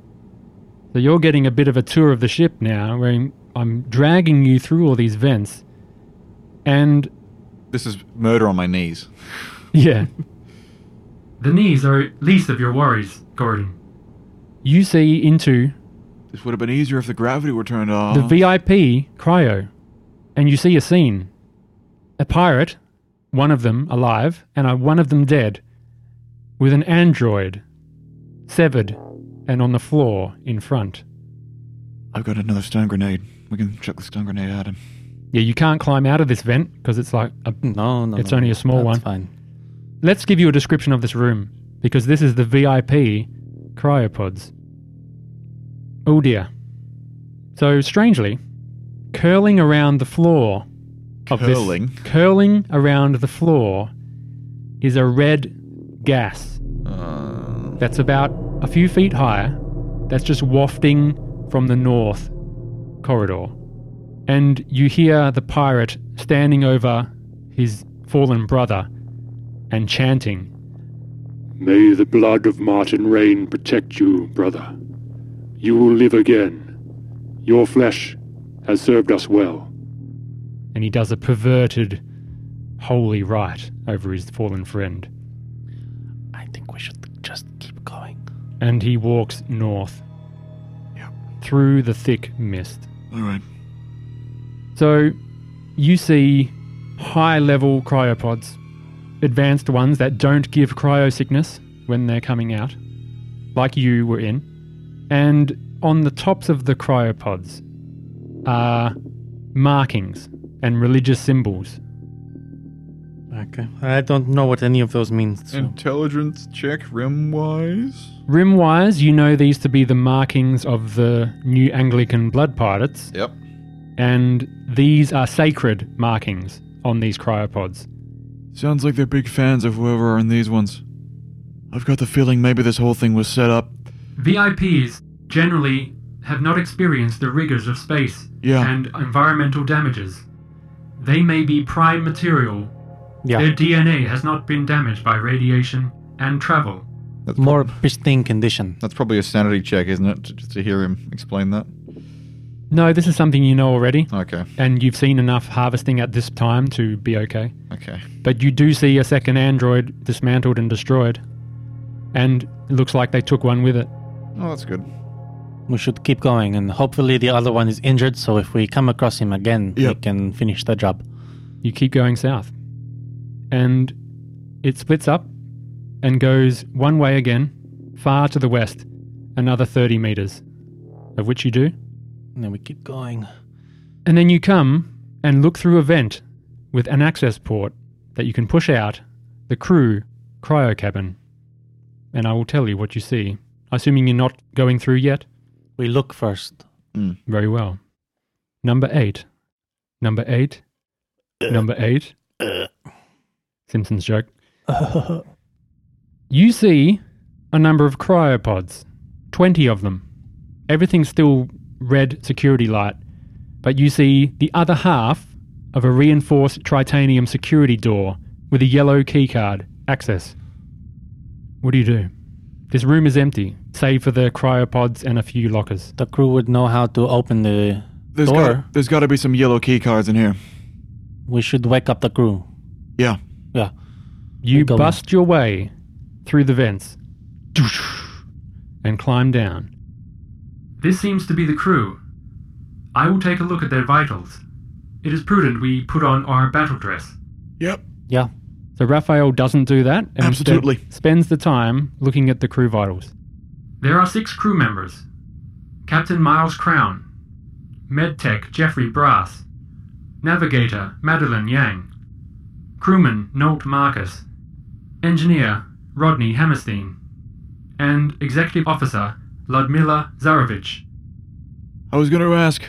[SPEAKER 1] So you're getting a bit of a tour of the ship now, where I'm- I'm dragging you through all these vents. And
[SPEAKER 2] This is murder on my knees.
[SPEAKER 1] yeah,
[SPEAKER 4] The knees are least of your worries, Gordon.
[SPEAKER 1] you see into
[SPEAKER 2] This would have been easier if the gravity were turned off.
[SPEAKER 1] the VIP cryo, and you see a scene. A pirate, one of them alive, and a- one of them dead, with an android severed and on the floor in front.
[SPEAKER 2] I've got another stun grenade. We can chuck the stun grenade at him.
[SPEAKER 1] Yeah, you can't climb out of this vent because it's like a
[SPEAKER 3] No, no.
[SPEAKER 1] It's
[SPEAKER 3] no,
[SPEAKER 1] only a small
[SPEAKER 3] that's
[SPEAKER 1] one.
[SPEAKER 3] fine.
[SPEAKER 1] Let's give you a description of this room, because this is the VIP cryopods. Oh dear. So, strangely, curling around the floor of
[SPEAKER 2] Curling?
[SPEAKER 1] this. Curling around the floor is a red gas
[SPEAKER 2] Uh,
[SPEAKER 1] that's about a few feet higher, that's just wafting from the north corridor. And you hear the pirate standing over his fallen brother and chanting.
[SPEAKER 5] May the blood of Martin Rain protect you, brother. You will live again. Your flesh has served us well.
[SPEAKER 1] and he does a perverted holy rite over his fallen friend.
[SPEAKER 3] I think we should just keep going.
[SPEAKER 1] And he walks north
[SPEAKER 2] Yep.
[SPEAKER 1] through the thick mist.
[SPEAKER 2] all right.
[SPEAKER 1] So you see high level cryopods, advanced ones that don't give cryo sickness when they're coming out, like you were in. And on the tops of the cryopods are markings and religious symbols.
[SPEAKER 3] Okay. I don't know what any of those means.
[SPEAKER 1] Mm.
[SPEAKER 3] so-
[SPEAKER 2] Intelligence check rim-wise.
[SPEAKER 1] Rimwise, you know these to be the markings of the new Anglican blood pirates,
[SPEAKER 2] Yep.
[SPEAKER 1] and these are sacred markings on these cryopods.
[SPEAKER 2] Sounds like they're big fans of whoever are in these ones. I've got the feeling maybe this whole thing was set up.
[SPEAKER 4] VIPs generally have not experienced the rigors of space
[SPEAKER 2] Yeah.
[SPEAKER 4] and environmental damages. They may be prime material.
[SPEAKER 3] yeah.
[SPEAKER 4] Their DNA has not been damaged by radiation and travel.
[SPEAKER 2] That's
[SPEAKER 3] More pristine condition.
[SPEAKER 2] that's probably a sanity check, isn't it? Just to hear him explain that.
[SPEAKER 1] No, this is something you know already,
[SPEAKER 2] Okay.
[SPEAKER 1] and you've seen enough harvesting at this time to be okay.
[SPEAKER 2] Okay.
[SPEAKER 1] But you do see a second android dismantled and destroyed, and it looks like they took one with it.
[SPEAKER 2] Oh, that's good.
[SPEAKER 3] We should keep going, and hopefully the other one is injured. So if we come across him again, we
[SPEAKER 2] Yep.
[SPEAKER 3] can finish the job.
[SPEAKER 1] You keep going south, and it splits up and goes one way again, far to the west, another 30 meters, of which you do.
[SPEAKER 3] And then we keep going.
[SPEAKER 1] And then you come and look through a vent with an access port that you can push out the crew cryo cabin. And I will tell you what you see, assuming you're not going through yet.
[SPEAKER 3] We look first.
[SPEAKER 1] Very well. Number eight. Number eight. Number eight. Simpsons joke. you see a number of cryopods, 20 of them. Everything's still red security light, but you see the other half of a reinforced titanium security door with a yellow keycard access. What do you do? This room is empty, save for the cryopods and a few lockers.
[SPEAKER 3] The crew would know how to open the
[SPEAKER 2] There's
[SPEAKER 3] door.
[SPEAKER 2] got there's got to be some yellow key cards in here.
[SPEAKER 3] We should wake up the crew.
[SPEAKER 2] Yeah.
[SPEAKER 3] Yeah.
[SPEAKER 1] You
[SPEAKER 3] Keep going.
[SPEAKER 1] bust your way through the vents and climb down.
[SPEAKER 4] This seems to be the crew. I will take a look at their vitals. It is prudent we put on our battle dress.
[SPEAKER 2] Yep.
[SPEAKER 3] Yeah.
[SPEAKER 1] So Raphael doesn't do that. and instead
[SPEAKER 2] Absolutely.
[SPEAKER 1] Spends the time looking at the crew vitals.
[SPEAKER 4] There are six crew members Captain Miles Crown, MedTech Jeffrey Brass, Navigator Madeline Yang, Crewman Nolt Marcus, Engineer Rodney Hammerstein, and Executive Officer Ludmila Zarovich.
[SPEAKER 2] I was gonna ask,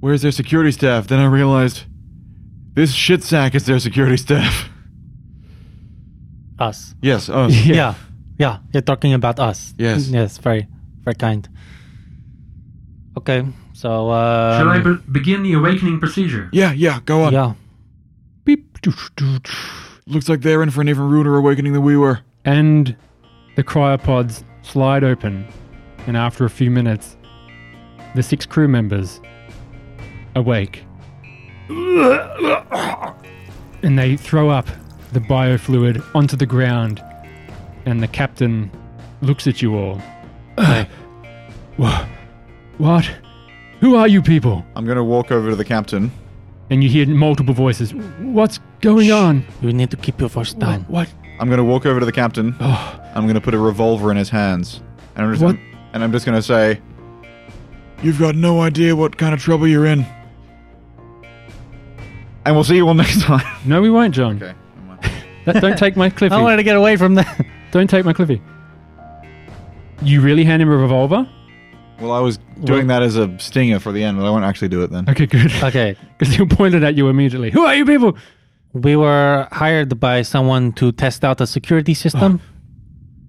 [SPEAKER 2] where's their security staff? Then I realized, this shit sack is their security staff.
[SPEAKER 3] Us.
[SPEAKER 2] Yes. Us.
[SPEAKER 3] Yeah. yeah. You're talking about us.
[SPEAKER 2] Yes.
[SPEAKER 3] Yes. Very, very kind. Okay. So. Uh,
[SPEAKER 4] Shall I be- begin the awakening procedure?
[SPEAKER 2] Yeah. Yeah. Go on.
[SPEAKER 3] Yeah.
[SPEAKER 1] Beep.
[SPEAKER 2] Looks like they're in for an even ruder awakening than we were.
[SPEAKER 1] And the cryopods slide open. And after a few minutes, the six crew members awake. And they throw up the biofluid onto the ground. And the captain looks at you all. Wha- What? Who are you people?
[SPEAKER 2] I'm gonna walk over to the captain.
[SPEAKER 1] And you hear multiple voices. What's going on?
[SPEAKER 3] You need to keep your voice down.
[SPEAKER 1] What?
[SPEAKER 2] I'm gonna walk over to the captain. I'm gonna put a revolver in his hands, and I'm just,
[SPEAKER 1] What?
[SPEAKER 2] and I'm just gonna say, "You've got no idea what kind of trouble you're in." And we'll see you all next time.
[SPEAKER 1] No, we won't, John.
[SPEAKER 2] okay.
[SPEAKER 1] That, don't take my cliffy.
[SPEAKER 3] I wanted to get away from that.
[SPEAKER 1] Don't take my cliffy. You really hand him a revolver?
[SPEAKER 2] Well, I was doing that as a stinger for the end, but I won't actually do it then.
[SPEAKER 1] Okay, good.
[SPEAKER 3] okay.
[SPEAKER 1] Because he'll point it at you immediately. Who are you people?
[SPEAKER 3] We were hired by someone to test out a security system.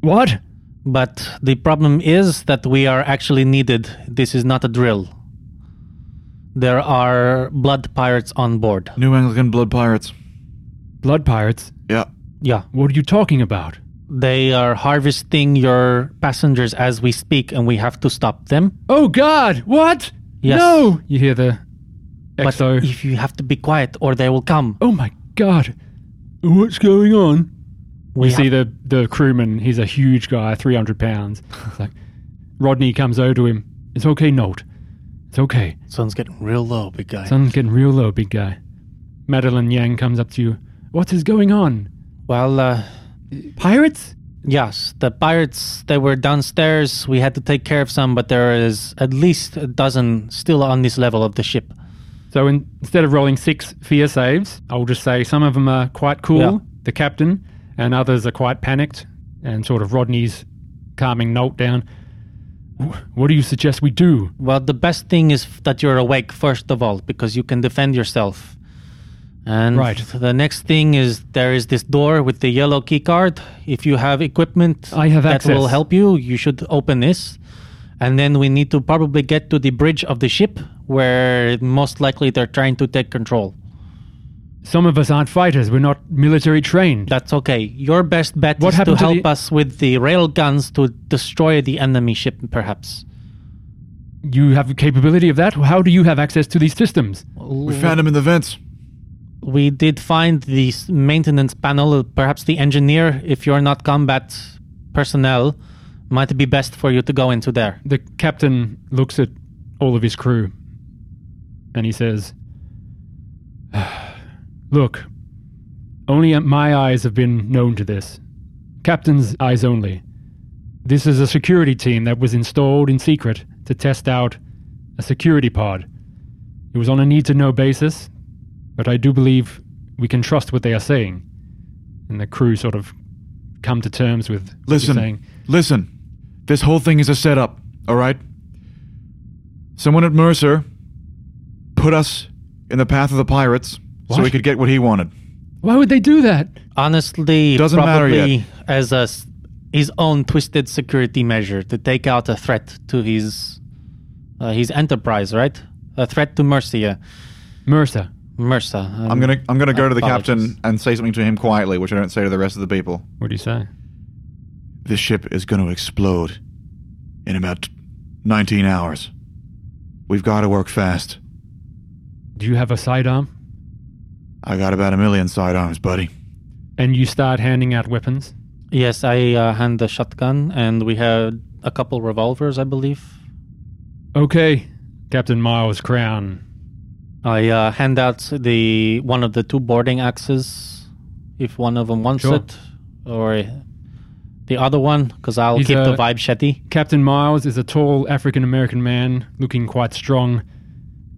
[SPEAKER 1] What?
[SPEAKER 3] But the problem is that we are actually needed. This is not a drill. There are blood pirates on board.
[SPEAKER 2] New Anglican Blood Pirates.
[SPEAKER 1] Blood pirates?
[SPEAKER 2] Yeah.
[SPEAKER 3] Yeah.
[SPEAKER 1] What are you talking about?
[SPEAKER 3] They are harvesting your passengers as we speak, and we have to stop them.
[SPEAKER 1] Oh, God. What?
[SPEAKER 3] Yes.
[SPEAKER 1] No. You hear the
[SPEAKER 3] But
[SPEAKER 1] exo.
[SPEAKER 3] if you have to be quiet, or they will come.
[SPEAKER 1] oh, my God. What's going on?
[SPEAKER 3] We
[SPEAKER 1] You see the, the crewman. He's a huge guy, 300 pounds. It's like, Rodney comes over to him. It's okay, Nolt. It's okay.
[SPEAKER 3] sun's getting real low, big guy.
[SPEAKER 1] Sun's getting real low, big guy. Madeline Yang comes up to you. What is going on?
[SPEAKER 3] well, uh,
[SPEAKER 1] Pirates?
[SPEAKER 3] yes, the pirates they were downstairs. We had to take care of some, but there is at least a dozen still on this level of the ship.
[SPEAKER 1] So in, instead of rolling six fear saves, I'll just say some of them are quite cool,
[SPEAKER 3] Yeah.
[SPEAKER 1] the captain, and others are quite panicked, and sort of Rodney's calming Nolt down. "Wh- What do you suggest we do?
[SPEAKER 3] Well, the best thing is f- that you're awake, first of all, because you can defend yourself. And
[SPEAKER 1] Right.
[SPEAKER 3] the next thing is there is this door with the yellow key card. If you have equipment
[SPEAKER 1] I have
[SPEAKER 3] that will
[SPEAKER 1] access.
[SPEAKER 3] help you, you should open this. And then we need to probably get to the bridge of the ship where most likely they're trying to take control.
[SPEAKER 1] Some of us aren't fighters. We're not military trained.
[SPEAKER 3] That's okay. Your best bet
[SPEAKER 1] What
[SPEAKER 3] is to
[SPEAKER 1] happened to
[SPEAKER 3] help
[SPEAKER 1] the-
[SPEAKER 3] us with the rail guns to destroy the enemy ship, perhaps.
[SPEAKER 1] You have the capability of that? How do you have access to these systems?
[SPEAKER 2] We found him in the vents.
[SPEAKER 3] We did find the s- maintenance panel. uh, Perhaps the engineer, if you're not combat personnel, might be best for you to go into there.
[SPEAKER 1] The captain looks at all of his crew and he says, Look, only my eyes have been known to this. Captain's eyes only. This is a security team that was installed in secret to test out a security pod. It was on a need to know basis, but I do believe we can trust what they are saying. And the crew sort of come to terms with what you're saying.
[SPEAKER 2] Listen, listen. This whole thing is a setup, all right? Someone at Mercer put us in the path of the pirates so
[SPEAKER 1] What?
[SPEAKER 2] he could get what he wanted.
[SPEAKER 1] Why would they do that?
[SPEAKER 3] Honestly,
[SPEAKER 2] Doesn't matter
[SPEAKER 3] probably
[SPEAKER 2] yet.
[SPEAKER 3] as a s his own twisted security measure to take out a threat to his uh, his enterprise, right? A threat to Mercia,
[SPEAKER 1] Mercer,
[SPEAKER 3] Mercia.
[SPEAKER 2] I'm gonna I'm gonna go to the
[SPEAKER 3] Mm. Apologies.
[SPEAKER 2] captain and say something to him quietly, which I don't say to the rest of the people.
[SPEAKER 1] what do you say?
[SPEAKER 2] This ship is gonna explode in about 19 hours. We've got to work fast.
[SPEAKER 1] Do you have a sidearm?
[SPEAKER 2] I got about a million sidearms, buddy.
[SPEAKER 1] And you start handing out weapons.
[SPEAKER 3] Yes, I uh, hand the shotgun, and we had a couple revolvers, I believe.
[SPEAKER 1] Okay, Captain Miles Crown.
[SPEAKER 3] I uh, hand out the one of the two boarding axes, if one of them wants
[SPEAKER 1] Sure.
[SPEAKER 3] it, or the other one, because I'll
[SPEAKER 1] He's,
[SPEAKER 3] keep the
[SPEAKER 1] uh,
[SPEAKER 3] vibe shetty.
[SPEAKER 1] Captain Miles is a tall African American man looking quite strong,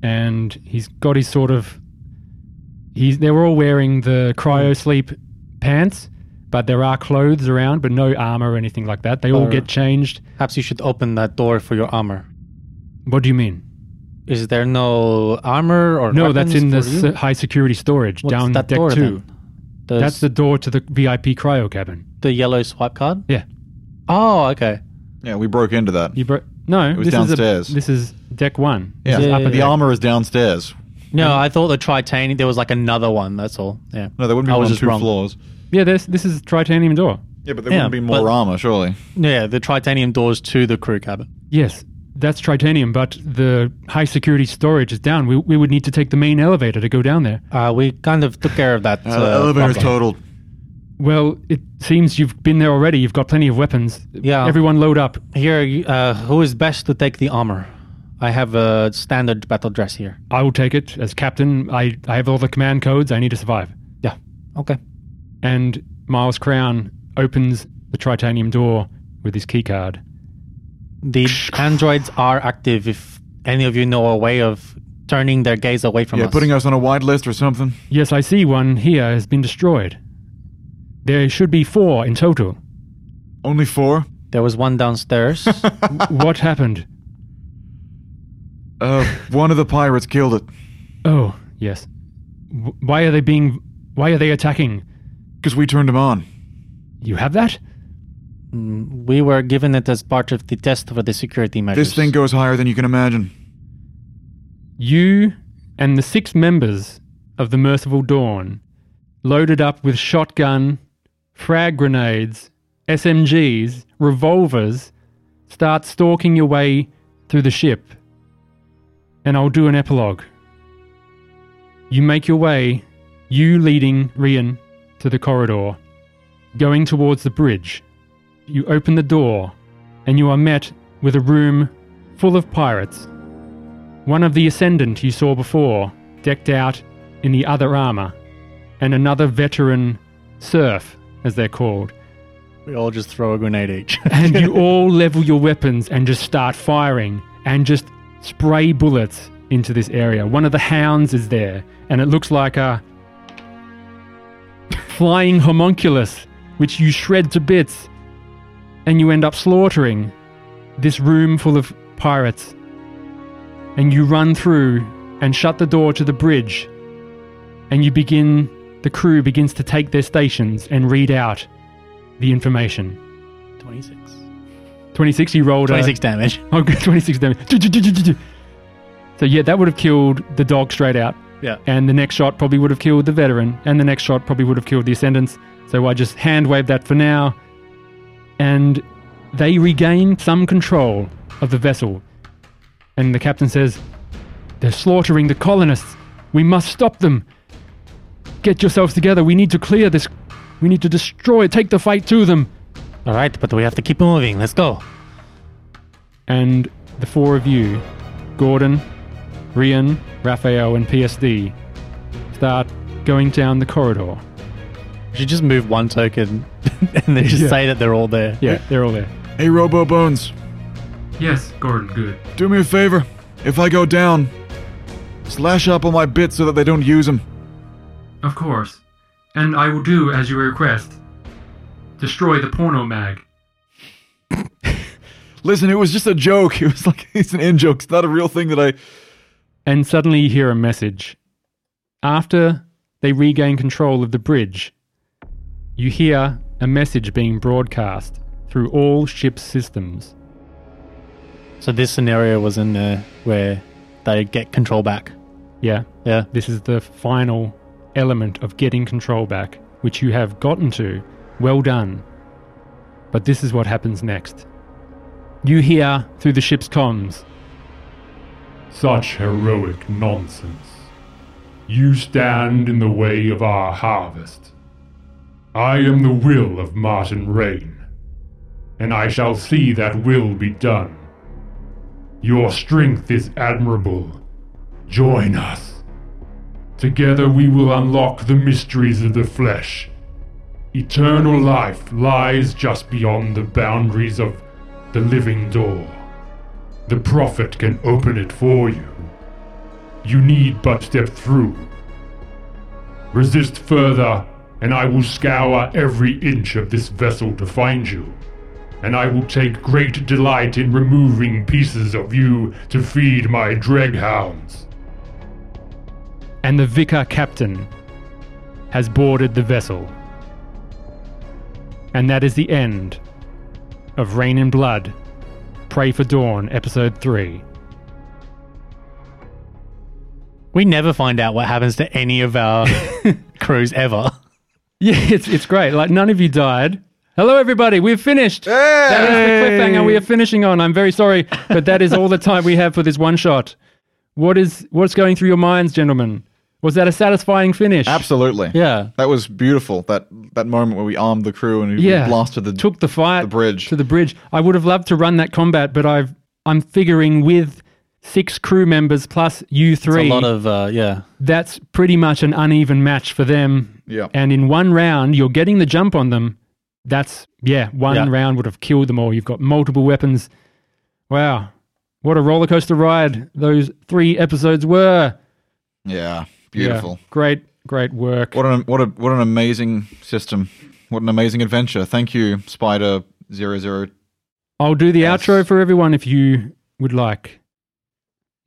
[SPEAKER 1] and he's got his sort of. He's, they were all wearing the cryo sleep pants, but there are clothes around, but no armor or anything like that. They all
[SPEAKER 3] Or-
[SPEAKER 1] get changed.
[SPEAKER 3] Perhaps you should open that door for your armor.
[SPEAKER 1] What do you mean?
[SPEAKER 3] Is there no armor or
[SPEAKER 1] No, that's
[SPEAKER 3] weapons
[SPEAKER 1] in the
[SPEAKER 3] for you?
[SPEAKER 1] se- high security storage
[SPEAKER 3] What's
[SPEAKER 1] down
[SPEAKER 3] that
[SPEAKER 1] deck
[SPEAKER 3] door,
[SPEAKER 1] two.
[SPEAKER 3] then? The,
[SPEAKER 1] That's the door to the VIP cryo cabin.
[SPEAKER 3] the yellow swipe card.
[SPEAKER 1] Yeah.
[SPEAKER 3] Oh, okay.
[SPEAKER 2] Yeah, we broke into that.
[SPEAKER 1] You bro- no,
[SPEAKER 2] was
[SPEAKER 1] this
[SPEAKER 2] downstairs.
[SPEAKER 1] is a, this is deck one.
[SPEAKER 2] Yeah,
[SPEAKER 3] Yeah, yeah,
[SPEAKER 2] the
[SPEAKER 3] yeah.
[SPEAKER 2] armor is downstairs.
[SPEAKER 3] No,
[SPEAKER 1] Mm-hmm.
[SPEAKER 3] I thought the tritanium. There was like another one. That's all. Yeah.
[SPEAKER 2] No, there wouldn't be
[SPEAKER 3] I
[SPEAKER 2] more
[SPEAKER 3] was
[SPEAKER 2] than
[SPEAKER 3] just
[SPEAKER 2] two
[SPEAKER 3] wrong.
[SPEAKER 2] floors.
[SPEAKER 1] Yeah, this this is titanium door.
[SPEAKER 2] Yeah, but there
[SPEAKER 3] Yeah,
[SPEAKER 2] wouldn't be more
[SPEAKER 3] but-
[SPEAKER 2] armor, surely.
[SPEAKER 3] Yeah, the tritanium doors to the crew cabin.
[SPEAKER 1] Yes, that's titanium, but the high security storage is down. We we would need to take the main elevator to go down there.
[SPEAKER 3] Uh, we kind of took care of that.
[SPEAKER 2] Uh, the elevator's
[SPEAKER 3] problem.
[SPEAKER 2] totaled.
[SPEAKER 1] Well, it seems you've been there already. You've got plenty of weapons.
[SPEAKER 3] Yeah.
[SPEAKER 1] Everyone load up.
[SPEAKER 3] Here, you- uh, who is best to take the armor? I have a standard battle dress here.
[SPEAKER 1] I will take it as captain. I, I have all the command codes. I need to survive.
[SPEAKER 3] Yeah. Okay.
[SPEAKER 1] And Miles Crown opens the titanium door with his keycard.
[SPEAKER 3] The androids are active. If any of you know a way of turning their gaze away from
[SPEAKER 2] Yeah,
[SPEAKER 3] us,
[SPEAKER 2] putting us on a wide list or something.
[SPEAKER 1] Yes, I see one here has been destroyed. There should be four in total.
[SPEAKER 2] Only four?
[SPEAKER 3] there was one downstairs.
[SPEAKER 1] what happened?
[SPEAKER 2] Uh, one of the pirates killed it.
[SPEAKER 1] Oh, yes. W- why are they being. Why are they attacking?
[SPEAKER 2] Because we turned him on.
[SPEAKER 1] You have that?
[SPEAKER 3] Mm, We were given it as part of the test for the security measures.
[SPEAKER 2] This thing goes higher than you can imagine.
[SPEAKER 1] You and the six members of the Merciful Dawn, loaded up with shotgun, frag grenades, SMGs, revolvers, start stalking your way through the ship. And I'll do an epilogue. You make your way, you leading Rian to the corridor, going towards the bridge. You open the door, and you are met with a room full of pirates. One of the Ascendant you saw before, decked out in the other armor, and another veteran serf, as they're called.
[SPEAKER 3] we all just throw a grenade each.
[SPEAKER 1] And you all level your weapons and just start firing and just spray bullets into this area. One of the hounds is there, and it looks like a flying homunculus, which you shred to bits, and you end up slaughtering this room full of pirates. And you run through and shut the door to the bridge, and you begin. The crew begins to take their stations and read out the information.
[SPEAKER 3] 26.
[SPEAKER 1] 26 he rolled
[SPEAKER 3] 26 damage.
[SPEAKER 1] A, oh, good, 26 damage. So yeah, that would have killed the dog straight out.
[SPEAKER 3] Yeah.
[SPEAKER 1] And the next shot probably would have killed the veteran, and the next shot probably would have killed the ascendants. So I just hand wave that for now. And they regain some control of the vessel. And the captain says, They're slaughtering the colonists. We must stop them. Get yourselves together. We need to clear this. We need to destroy it. Take the fight to them.
[SPEAKER 3] All right, but we have to keep moving. Let's go.
[SPEAKER 1] And the four of you, Gordon, Rian, Raphael, and PSD, start going down the corridor.
[SPEAKER 6] You should just move one token and then just
[SPEAKER 1] Yeah.
[SPEAKER 6] say that they're all there.
[SPEAKER 1] Yeah, they're all there.
[SPEAKER 2] Hey, Robo Bones,
[SPEAKER 4] Yes, Gordon, good.
[SPEAKER 2] do me a favor. If I go down, slash up all my bits so that they don't use them.
[SPEAKER 4] Of course. And I will do as you request. Destroy the porno mag.
[SPEAKER 2] Listen, it was just a joke. It was like it's an in joke. It's not a real thing that I.
[SPEAKER 1] and suddenly you hear a message. After they regain control of the bridge, you hear a message being broadcast through all ship's systems.
[SPEAKER 6] So this scenario was in
[SPEAKER 3] uh,
[SPEAKER 6] there where they get control back.
[SPEAKER 1] Yeah,
[SPEAKER 6] Yeah.
[SPEAKER 1] this is the final element of getting control back, which you have gotten to. Well done. But this is what happens next. You hear through the ship's comms
[SPEAKER 7] Such heroic nonsense. You stand in the way of our harvest. I am the will of Martin Rain, and I shall see that will be done. Your strength is admirable. Join us. Together we will unlock the mysteries of the flesh. Eternal life lies just beyond the boundaries of the living door. The Prophet can open it for you. You need but step through. Resist further, and I will scour every inch of this vessel to find you. And I will take great delight in removing pieces of you to feed my draghounds.
[SPEAKER 1] and the vicar captain has boarded the vessel. And that is the end of Rain and Blood, Pray for Dawn, Episode 3.
[SPEAKER 3] We never find out what happens to any of our crews ever.
[SPEAKER 1] Yeah, it's, it's great. Like, none of you died. Hello, everybody. We've finished. That is the cliffhanger we are finishing on. I'm very sorry, but that is all the time we have for this one shot. What is what's going through your minds, gentlemen? Was that a satisfying finish?
[SPEAKER 2] Absolutely.
[SPEAKER 3] Yeah.
[SPEAKER 2] That was beautiful. That that moment where we armed the crew and we
[SPEAKER 1] yeah,
[SPEAKER 2] blasted the
[SPEAKER 1] took the fight
[SPEAKER 2] the bridge.
[SPEAKER 1] to the bridge. I would have loved to run that combat, but I've I'm figuring with six crew members plus you
[SPEAKER 3] It's
[SPEAKER 1] three.
[SPEAKER 3] a lot of, uh, yeah.
[SPEAKER 1] that's pretty much an uneven match for them.
[SPEAKER 2] Yeah.
[SPEAKER 1] And in one round, you're getting the jump on them. That's yeah, one
[SPEAKER 3] Yeah.
[SPEAKER 1] round would have killed them all. You've got multiple weapons. Wow, what a roller coaster ride those three episodes were.
[SPEAKER 2] yeah.
[SPEAKER 1] Yeah,
[SPEAKER 2] Beautiful.
[SPEAKER 1] great, great work.
[SPEAKER 2] What an what a what an amazing system. What an amazing adventure. Thank you, Spider Zero Zero.
[SPEAKER 1] I'll do the
[SPEAKER 2] Yes.
[SPEAKER 1] outro for everyone if you would like.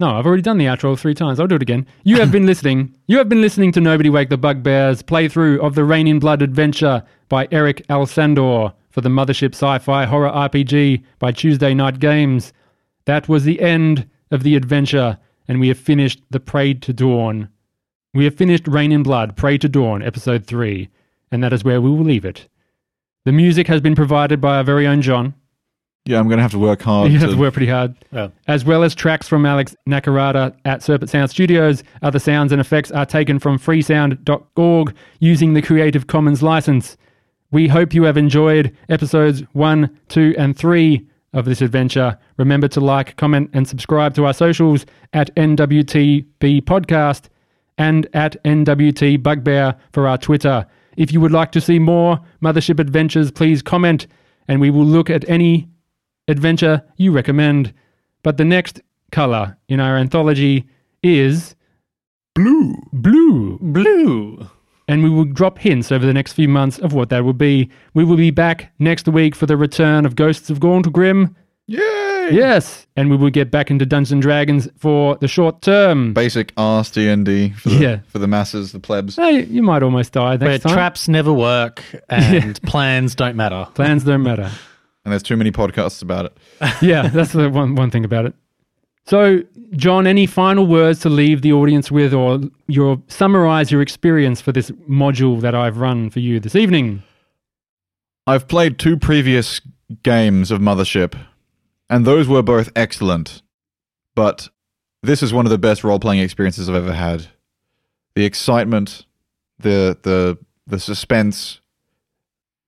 [SPEAKER 1] No, I've already done the outro three times. I'll do it again. You have been listening. You have been listening to Nobody Wake the Bugbears playthrough of the Rain in Blood Adventure by Eric Alsandor for the Mothership Sci-Fi Horror RPG by Tuesday Night Games. That was the end of the adventure, and we have finished The Parade to Dawn. We have finished Rain in Blood, Pray to Dawn, Episode 3, and that is where we will leave it. The music has been provided by our very own John.
[SPEAKER 2] Yeah, I'm gonna have to work hard.
[SPEAKER 1] You
[SPEAKER 2] to,
[SPEAKER 1] have to work pretty hard.
[SPEAKER 6] Yeah.
[SPEAKER 1] As well as tracks from Alex Nakarada at Serpent Sound Studios. Other sounds and effects are taken from freesound.org using the Creative Commons license. We hope you have enjoyed episodes 1, 2, and 3 of this adventure. Remember to like, comment, and subscribe to our socials at NWTB Podcast and at NWT Bugbear for our Twitter. If you would like to see more Mothership Adventures, please comment and we will look at any adventure you recommend. But the next color in our anthology is blue. Blue.
[SPEAKER 3] Blue.
[SPEAKER 1] And we will drop hints over the next few months of what that will be. We will be back next week for the return of Ghosts of Gauntlegrim. Yay! Yes. And we will get back into Dungeons and Dragons for the short term.
[SPEAKER 2] basic arse D and D for the
[SPEAKER 1] Yeah.
[SPEAKER 2] for the masses, the plebs.
[SPEAKER 1] Hey, you might almost die next
[SPEAKER 3] Where
[SPEAKER 1] time.
[SPEAKER 3] traps never work and plans don't matter.
[SPEAKER 1] Plans don't matter.
[SPEAKER 2] And there's too many podcasts about it.
[SPEAKER 1] yeah, that's the one, one thing about it. So, John, any final words to leave the audience with, or your summarize your experience for this module that I've run for you this evening?
[SPEAKER 2] I've played two previous games of Mothership, and those were both excellent. But this is one of the best role playing experiences I've ever had. The excitement, the the the suspense,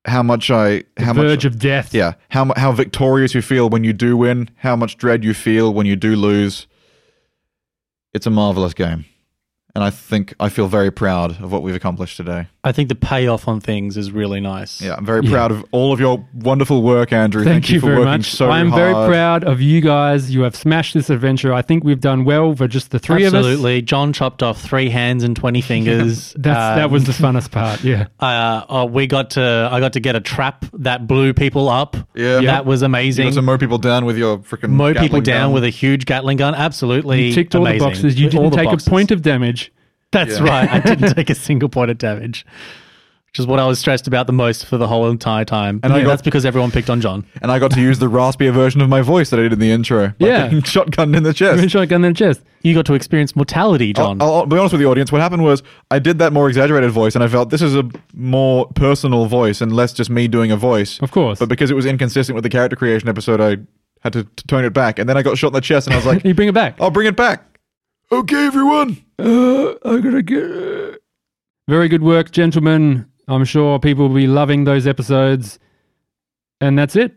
[SPEAKER 2] how much I how much
[SPEAKER 1] Verge of death.
[SPEAKER 2] yeah, how mu- how victorious you feel when you do win, how much dread you feel when you do lose. It's a marvelous game, and I think I feel very proud of what we've accomplished today.
[SPEAKER 3] I think the payoff on things is really nice.
[SPEAKER 2] Yeah, I'm very proud of all of your wonderful work, Andrew. Thank, you, for
[SPEAKER 1] very
[SPEAKER 2] working
[SPEAKER 1] much.
[SPEAKER 2] so
[SPEAKER 1] I am
[SPEAKER 2] hard.
[SPEAKER 1] very proud of you guys. You have smashed this adventure. I think we've done well for just the three of us.
[SPEAKER 3] Absolutely. John chopped off three hands and 20 fingers.
[SPEAKER 1] That's, that
[SPEAKER 3] Um,
[SPEAKER 1] was the funnest part. Yeah.
[SPEAKER 3] Uh, oh, we got to. I got to get a trap that blew people up.
[SPEAKER 2] Yeah. Yeah.
[SPEAKER 3] that was
[SPEAKER 2] You
[SPEAKER 3] amazing.
[SPEAKER 2] want to mow people down with your freaking
[SPEAKER 3] Mow people down with a huge Gatling gun. Absolutely,
[SPEAKER 1] You ticked all
[SPEAKER 3] amazing.
[SPEAKER 1] the boxes. You
[SPEAKER 3] All
[SPEAKER 1] didn't
[SPEAKER 3] the
[SPEAKER 1] take
[SPEAKER 3] boxes.
[SPEAKER 1] a point of damage.
[SPEAKER 3] That's
[SPEAKER 2] Yeah.
[SPEAKER 3] right. I didn't take a single point of damage, which is what I was stressed about the most for the whole entire time.
[SPEAKER 2] And
[SPEAKER 3] And
[SPEAKER 2] I got-
[SPEAKER 3] that's because everyone picked on John.
[SPEAKER 2] and I got to use the raspier version of my voice that I did in the intro. by
[SPEAKER 1] Yeah.
[SPEAKER 2] getting shotgunned in the chest.
[SPEAKER 1] Shotgun in the chest.
[SPEAKER 3] You got to experience mortality, John.
[SPEAKER 2] I'll, I'll be honest with the audience. What happened was I did that more exaggerated voice, and I felt this is a more personal voice and less just me doing a voice.
[SPEAKER 1] Of course.
[SPEAKER 2] But because it was inconsistent with the character creation episode, I had to t- tone it back. And then I got shot in the chest, and I was like,
[SPEAKER 1] you bring it back.
[SPEAKER 2] "I'll bring it back." Okay, everyone.
[SPEAKER 1] Uh, I gotta get. Very good work, gentlemen. I'm sure people will be loving those episodes. And that's it.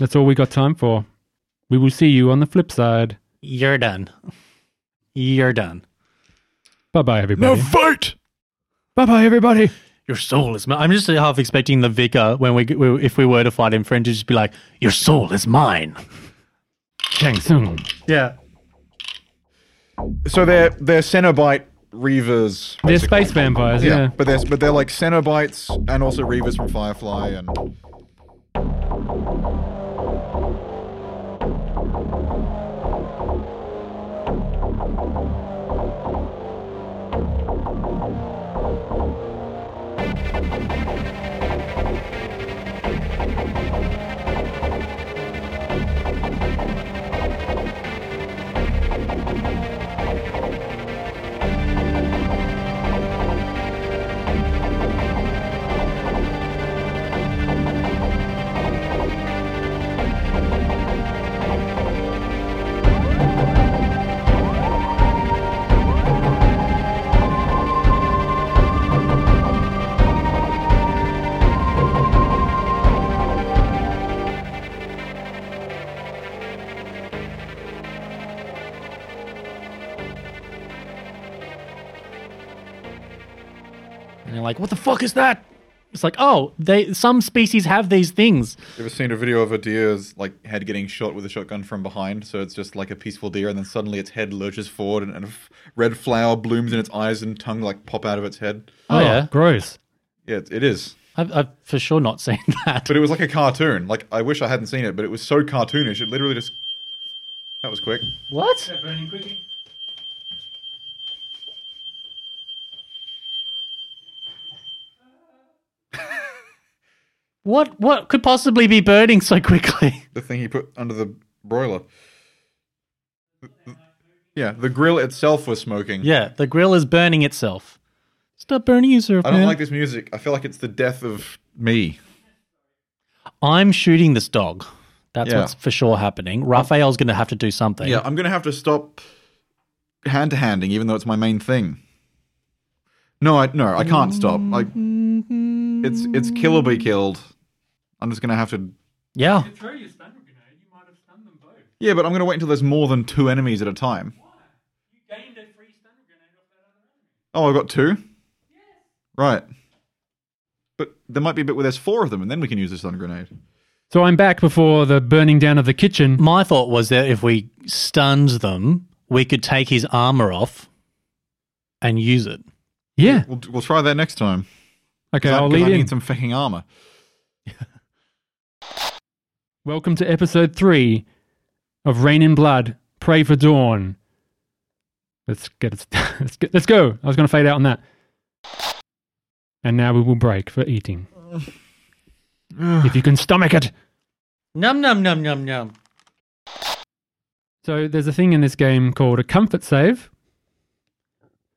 [SPEAKER 1] That's all we got time for. We will see you on the flip side.
[SPEAKER 3] You're done. You're done.
[SPEAKER 1] Bye bye, everybody.
[SPEAKER 2] Now vote.
[SPEAKER 1] Bye bye, everybody.
[SPEAKER 3] Your soul is. mi- I'm just half expecting the vicar when we, we if we were to fight him, friend, to just be like, "Your soul is mine."
[SPEAKER 1] Shang Tsung.
[SPEAKER 3] Yeah.
[SPEAKER 2] So they're they're Cenobite Reavers.
[SPEAKER 1] They're space vampires, yeah.
[SPEAKER 2] but they're but they're like Cenobites and also Reavers from Firefly and.
[SPEAKER 3] And you're like, "What the fuck is that?" It's like, "Oh, they some species have these things."
[SPEAKER 2] You ever seen a video of a deer's like head getting shot with a shotgun from behind? So it's just like a peaceful deer, and then suddenly its head lurches forward, and, and a f- red flower blooms in its eyes and tongue like pop out of its head.
[SPEAKER 3] Oh, yeah,
[SPEAKER 1] Gross.
[SPEAKER 2] Yeah, it, it is.
[SPEAKER 3] I've, I've for sure not seen that.
[SPEAKER 2] But it was like a cartoon. Like I wish I hadn't seen it, but it was so cartoonish. It literally just that was quick.
[SPEAKER 3] What? What? What could possibly be burning so quickly?
[SPEAKER 2] The thing he put under the broiler. Yeah, the grill itself was smoking.
[SPEAKER 3] Yeah, the grill is burning itself. Stop burning yourself,
[SPEAKER 2] I don't
[SPEAKER 3] man.
[SPEAKER 2] like this music. I feel like it's the death of me.
[SPEAKER 3] I'm shooting this dog. That's
[SPEAKER 2] Yeah.
[SPEAKER 3] what's for sure happening. Raphael's going to have to do something.
[SPEAKER 2] Yeah, I'm gonna have to stop hand to handing, even though it's my main thing. No, I no, I can't stop. Like it's it's kill or be killed. I'm just gonna have to
[SPEAKER 3] Yeah.
[SPEAKER 4] Throw your stun grenade. You might have stunned them both.
[SPEAKER 2] Yeah, but I'm gonna wait until there's more than two enemies at a time.
[SPEAKER 4] You gained a free stun grenade off that other enemy.
[SPEAKER 2] Oh, I've got two? Right. But there might be a bit where there's four of them and then we can use the stun grenade.
[SPEAKER 1] So I'm back before the burning down of the kitchen.
[SPEAKER 3] My thought was that if we stunned them, we could take his armor off and use it.
[SPEAKER 1] Yeah.
[SPEAKER 2] We'll, we'll try that next time.
[SPEAKER 1] Okay,
[SPEAKER 2] 'Cause I-
[SPEAKER 1] I'll
[SPEAKER 2] 'cause
[SPEAKER 1] lead
[SPEAKER 2] I
[SPEAKER 1] in.
[SPEAKER 2] need some fucking armor.
[SPEAKER 1] Welcome to episode three of Rain in Blood. Pray for Dawn. Let's get it. Let's, get, let's go. I was going to fade out on that. And now we will break for eating. if you can stomach it.
[SPEAKER 3] Num, num, num, num, num.
[SPEAKER 1] So there's a thing in this game called a comfort save.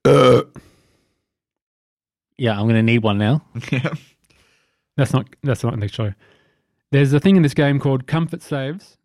[SPEAKER 1] Uh.
[SPEAKER 3] Yeah, I'm going to need one now.
[SPEAKER 2] yeah.
[SPEAKER 1] That's not. That's not in the show. There's a thing in this game called comfort saves.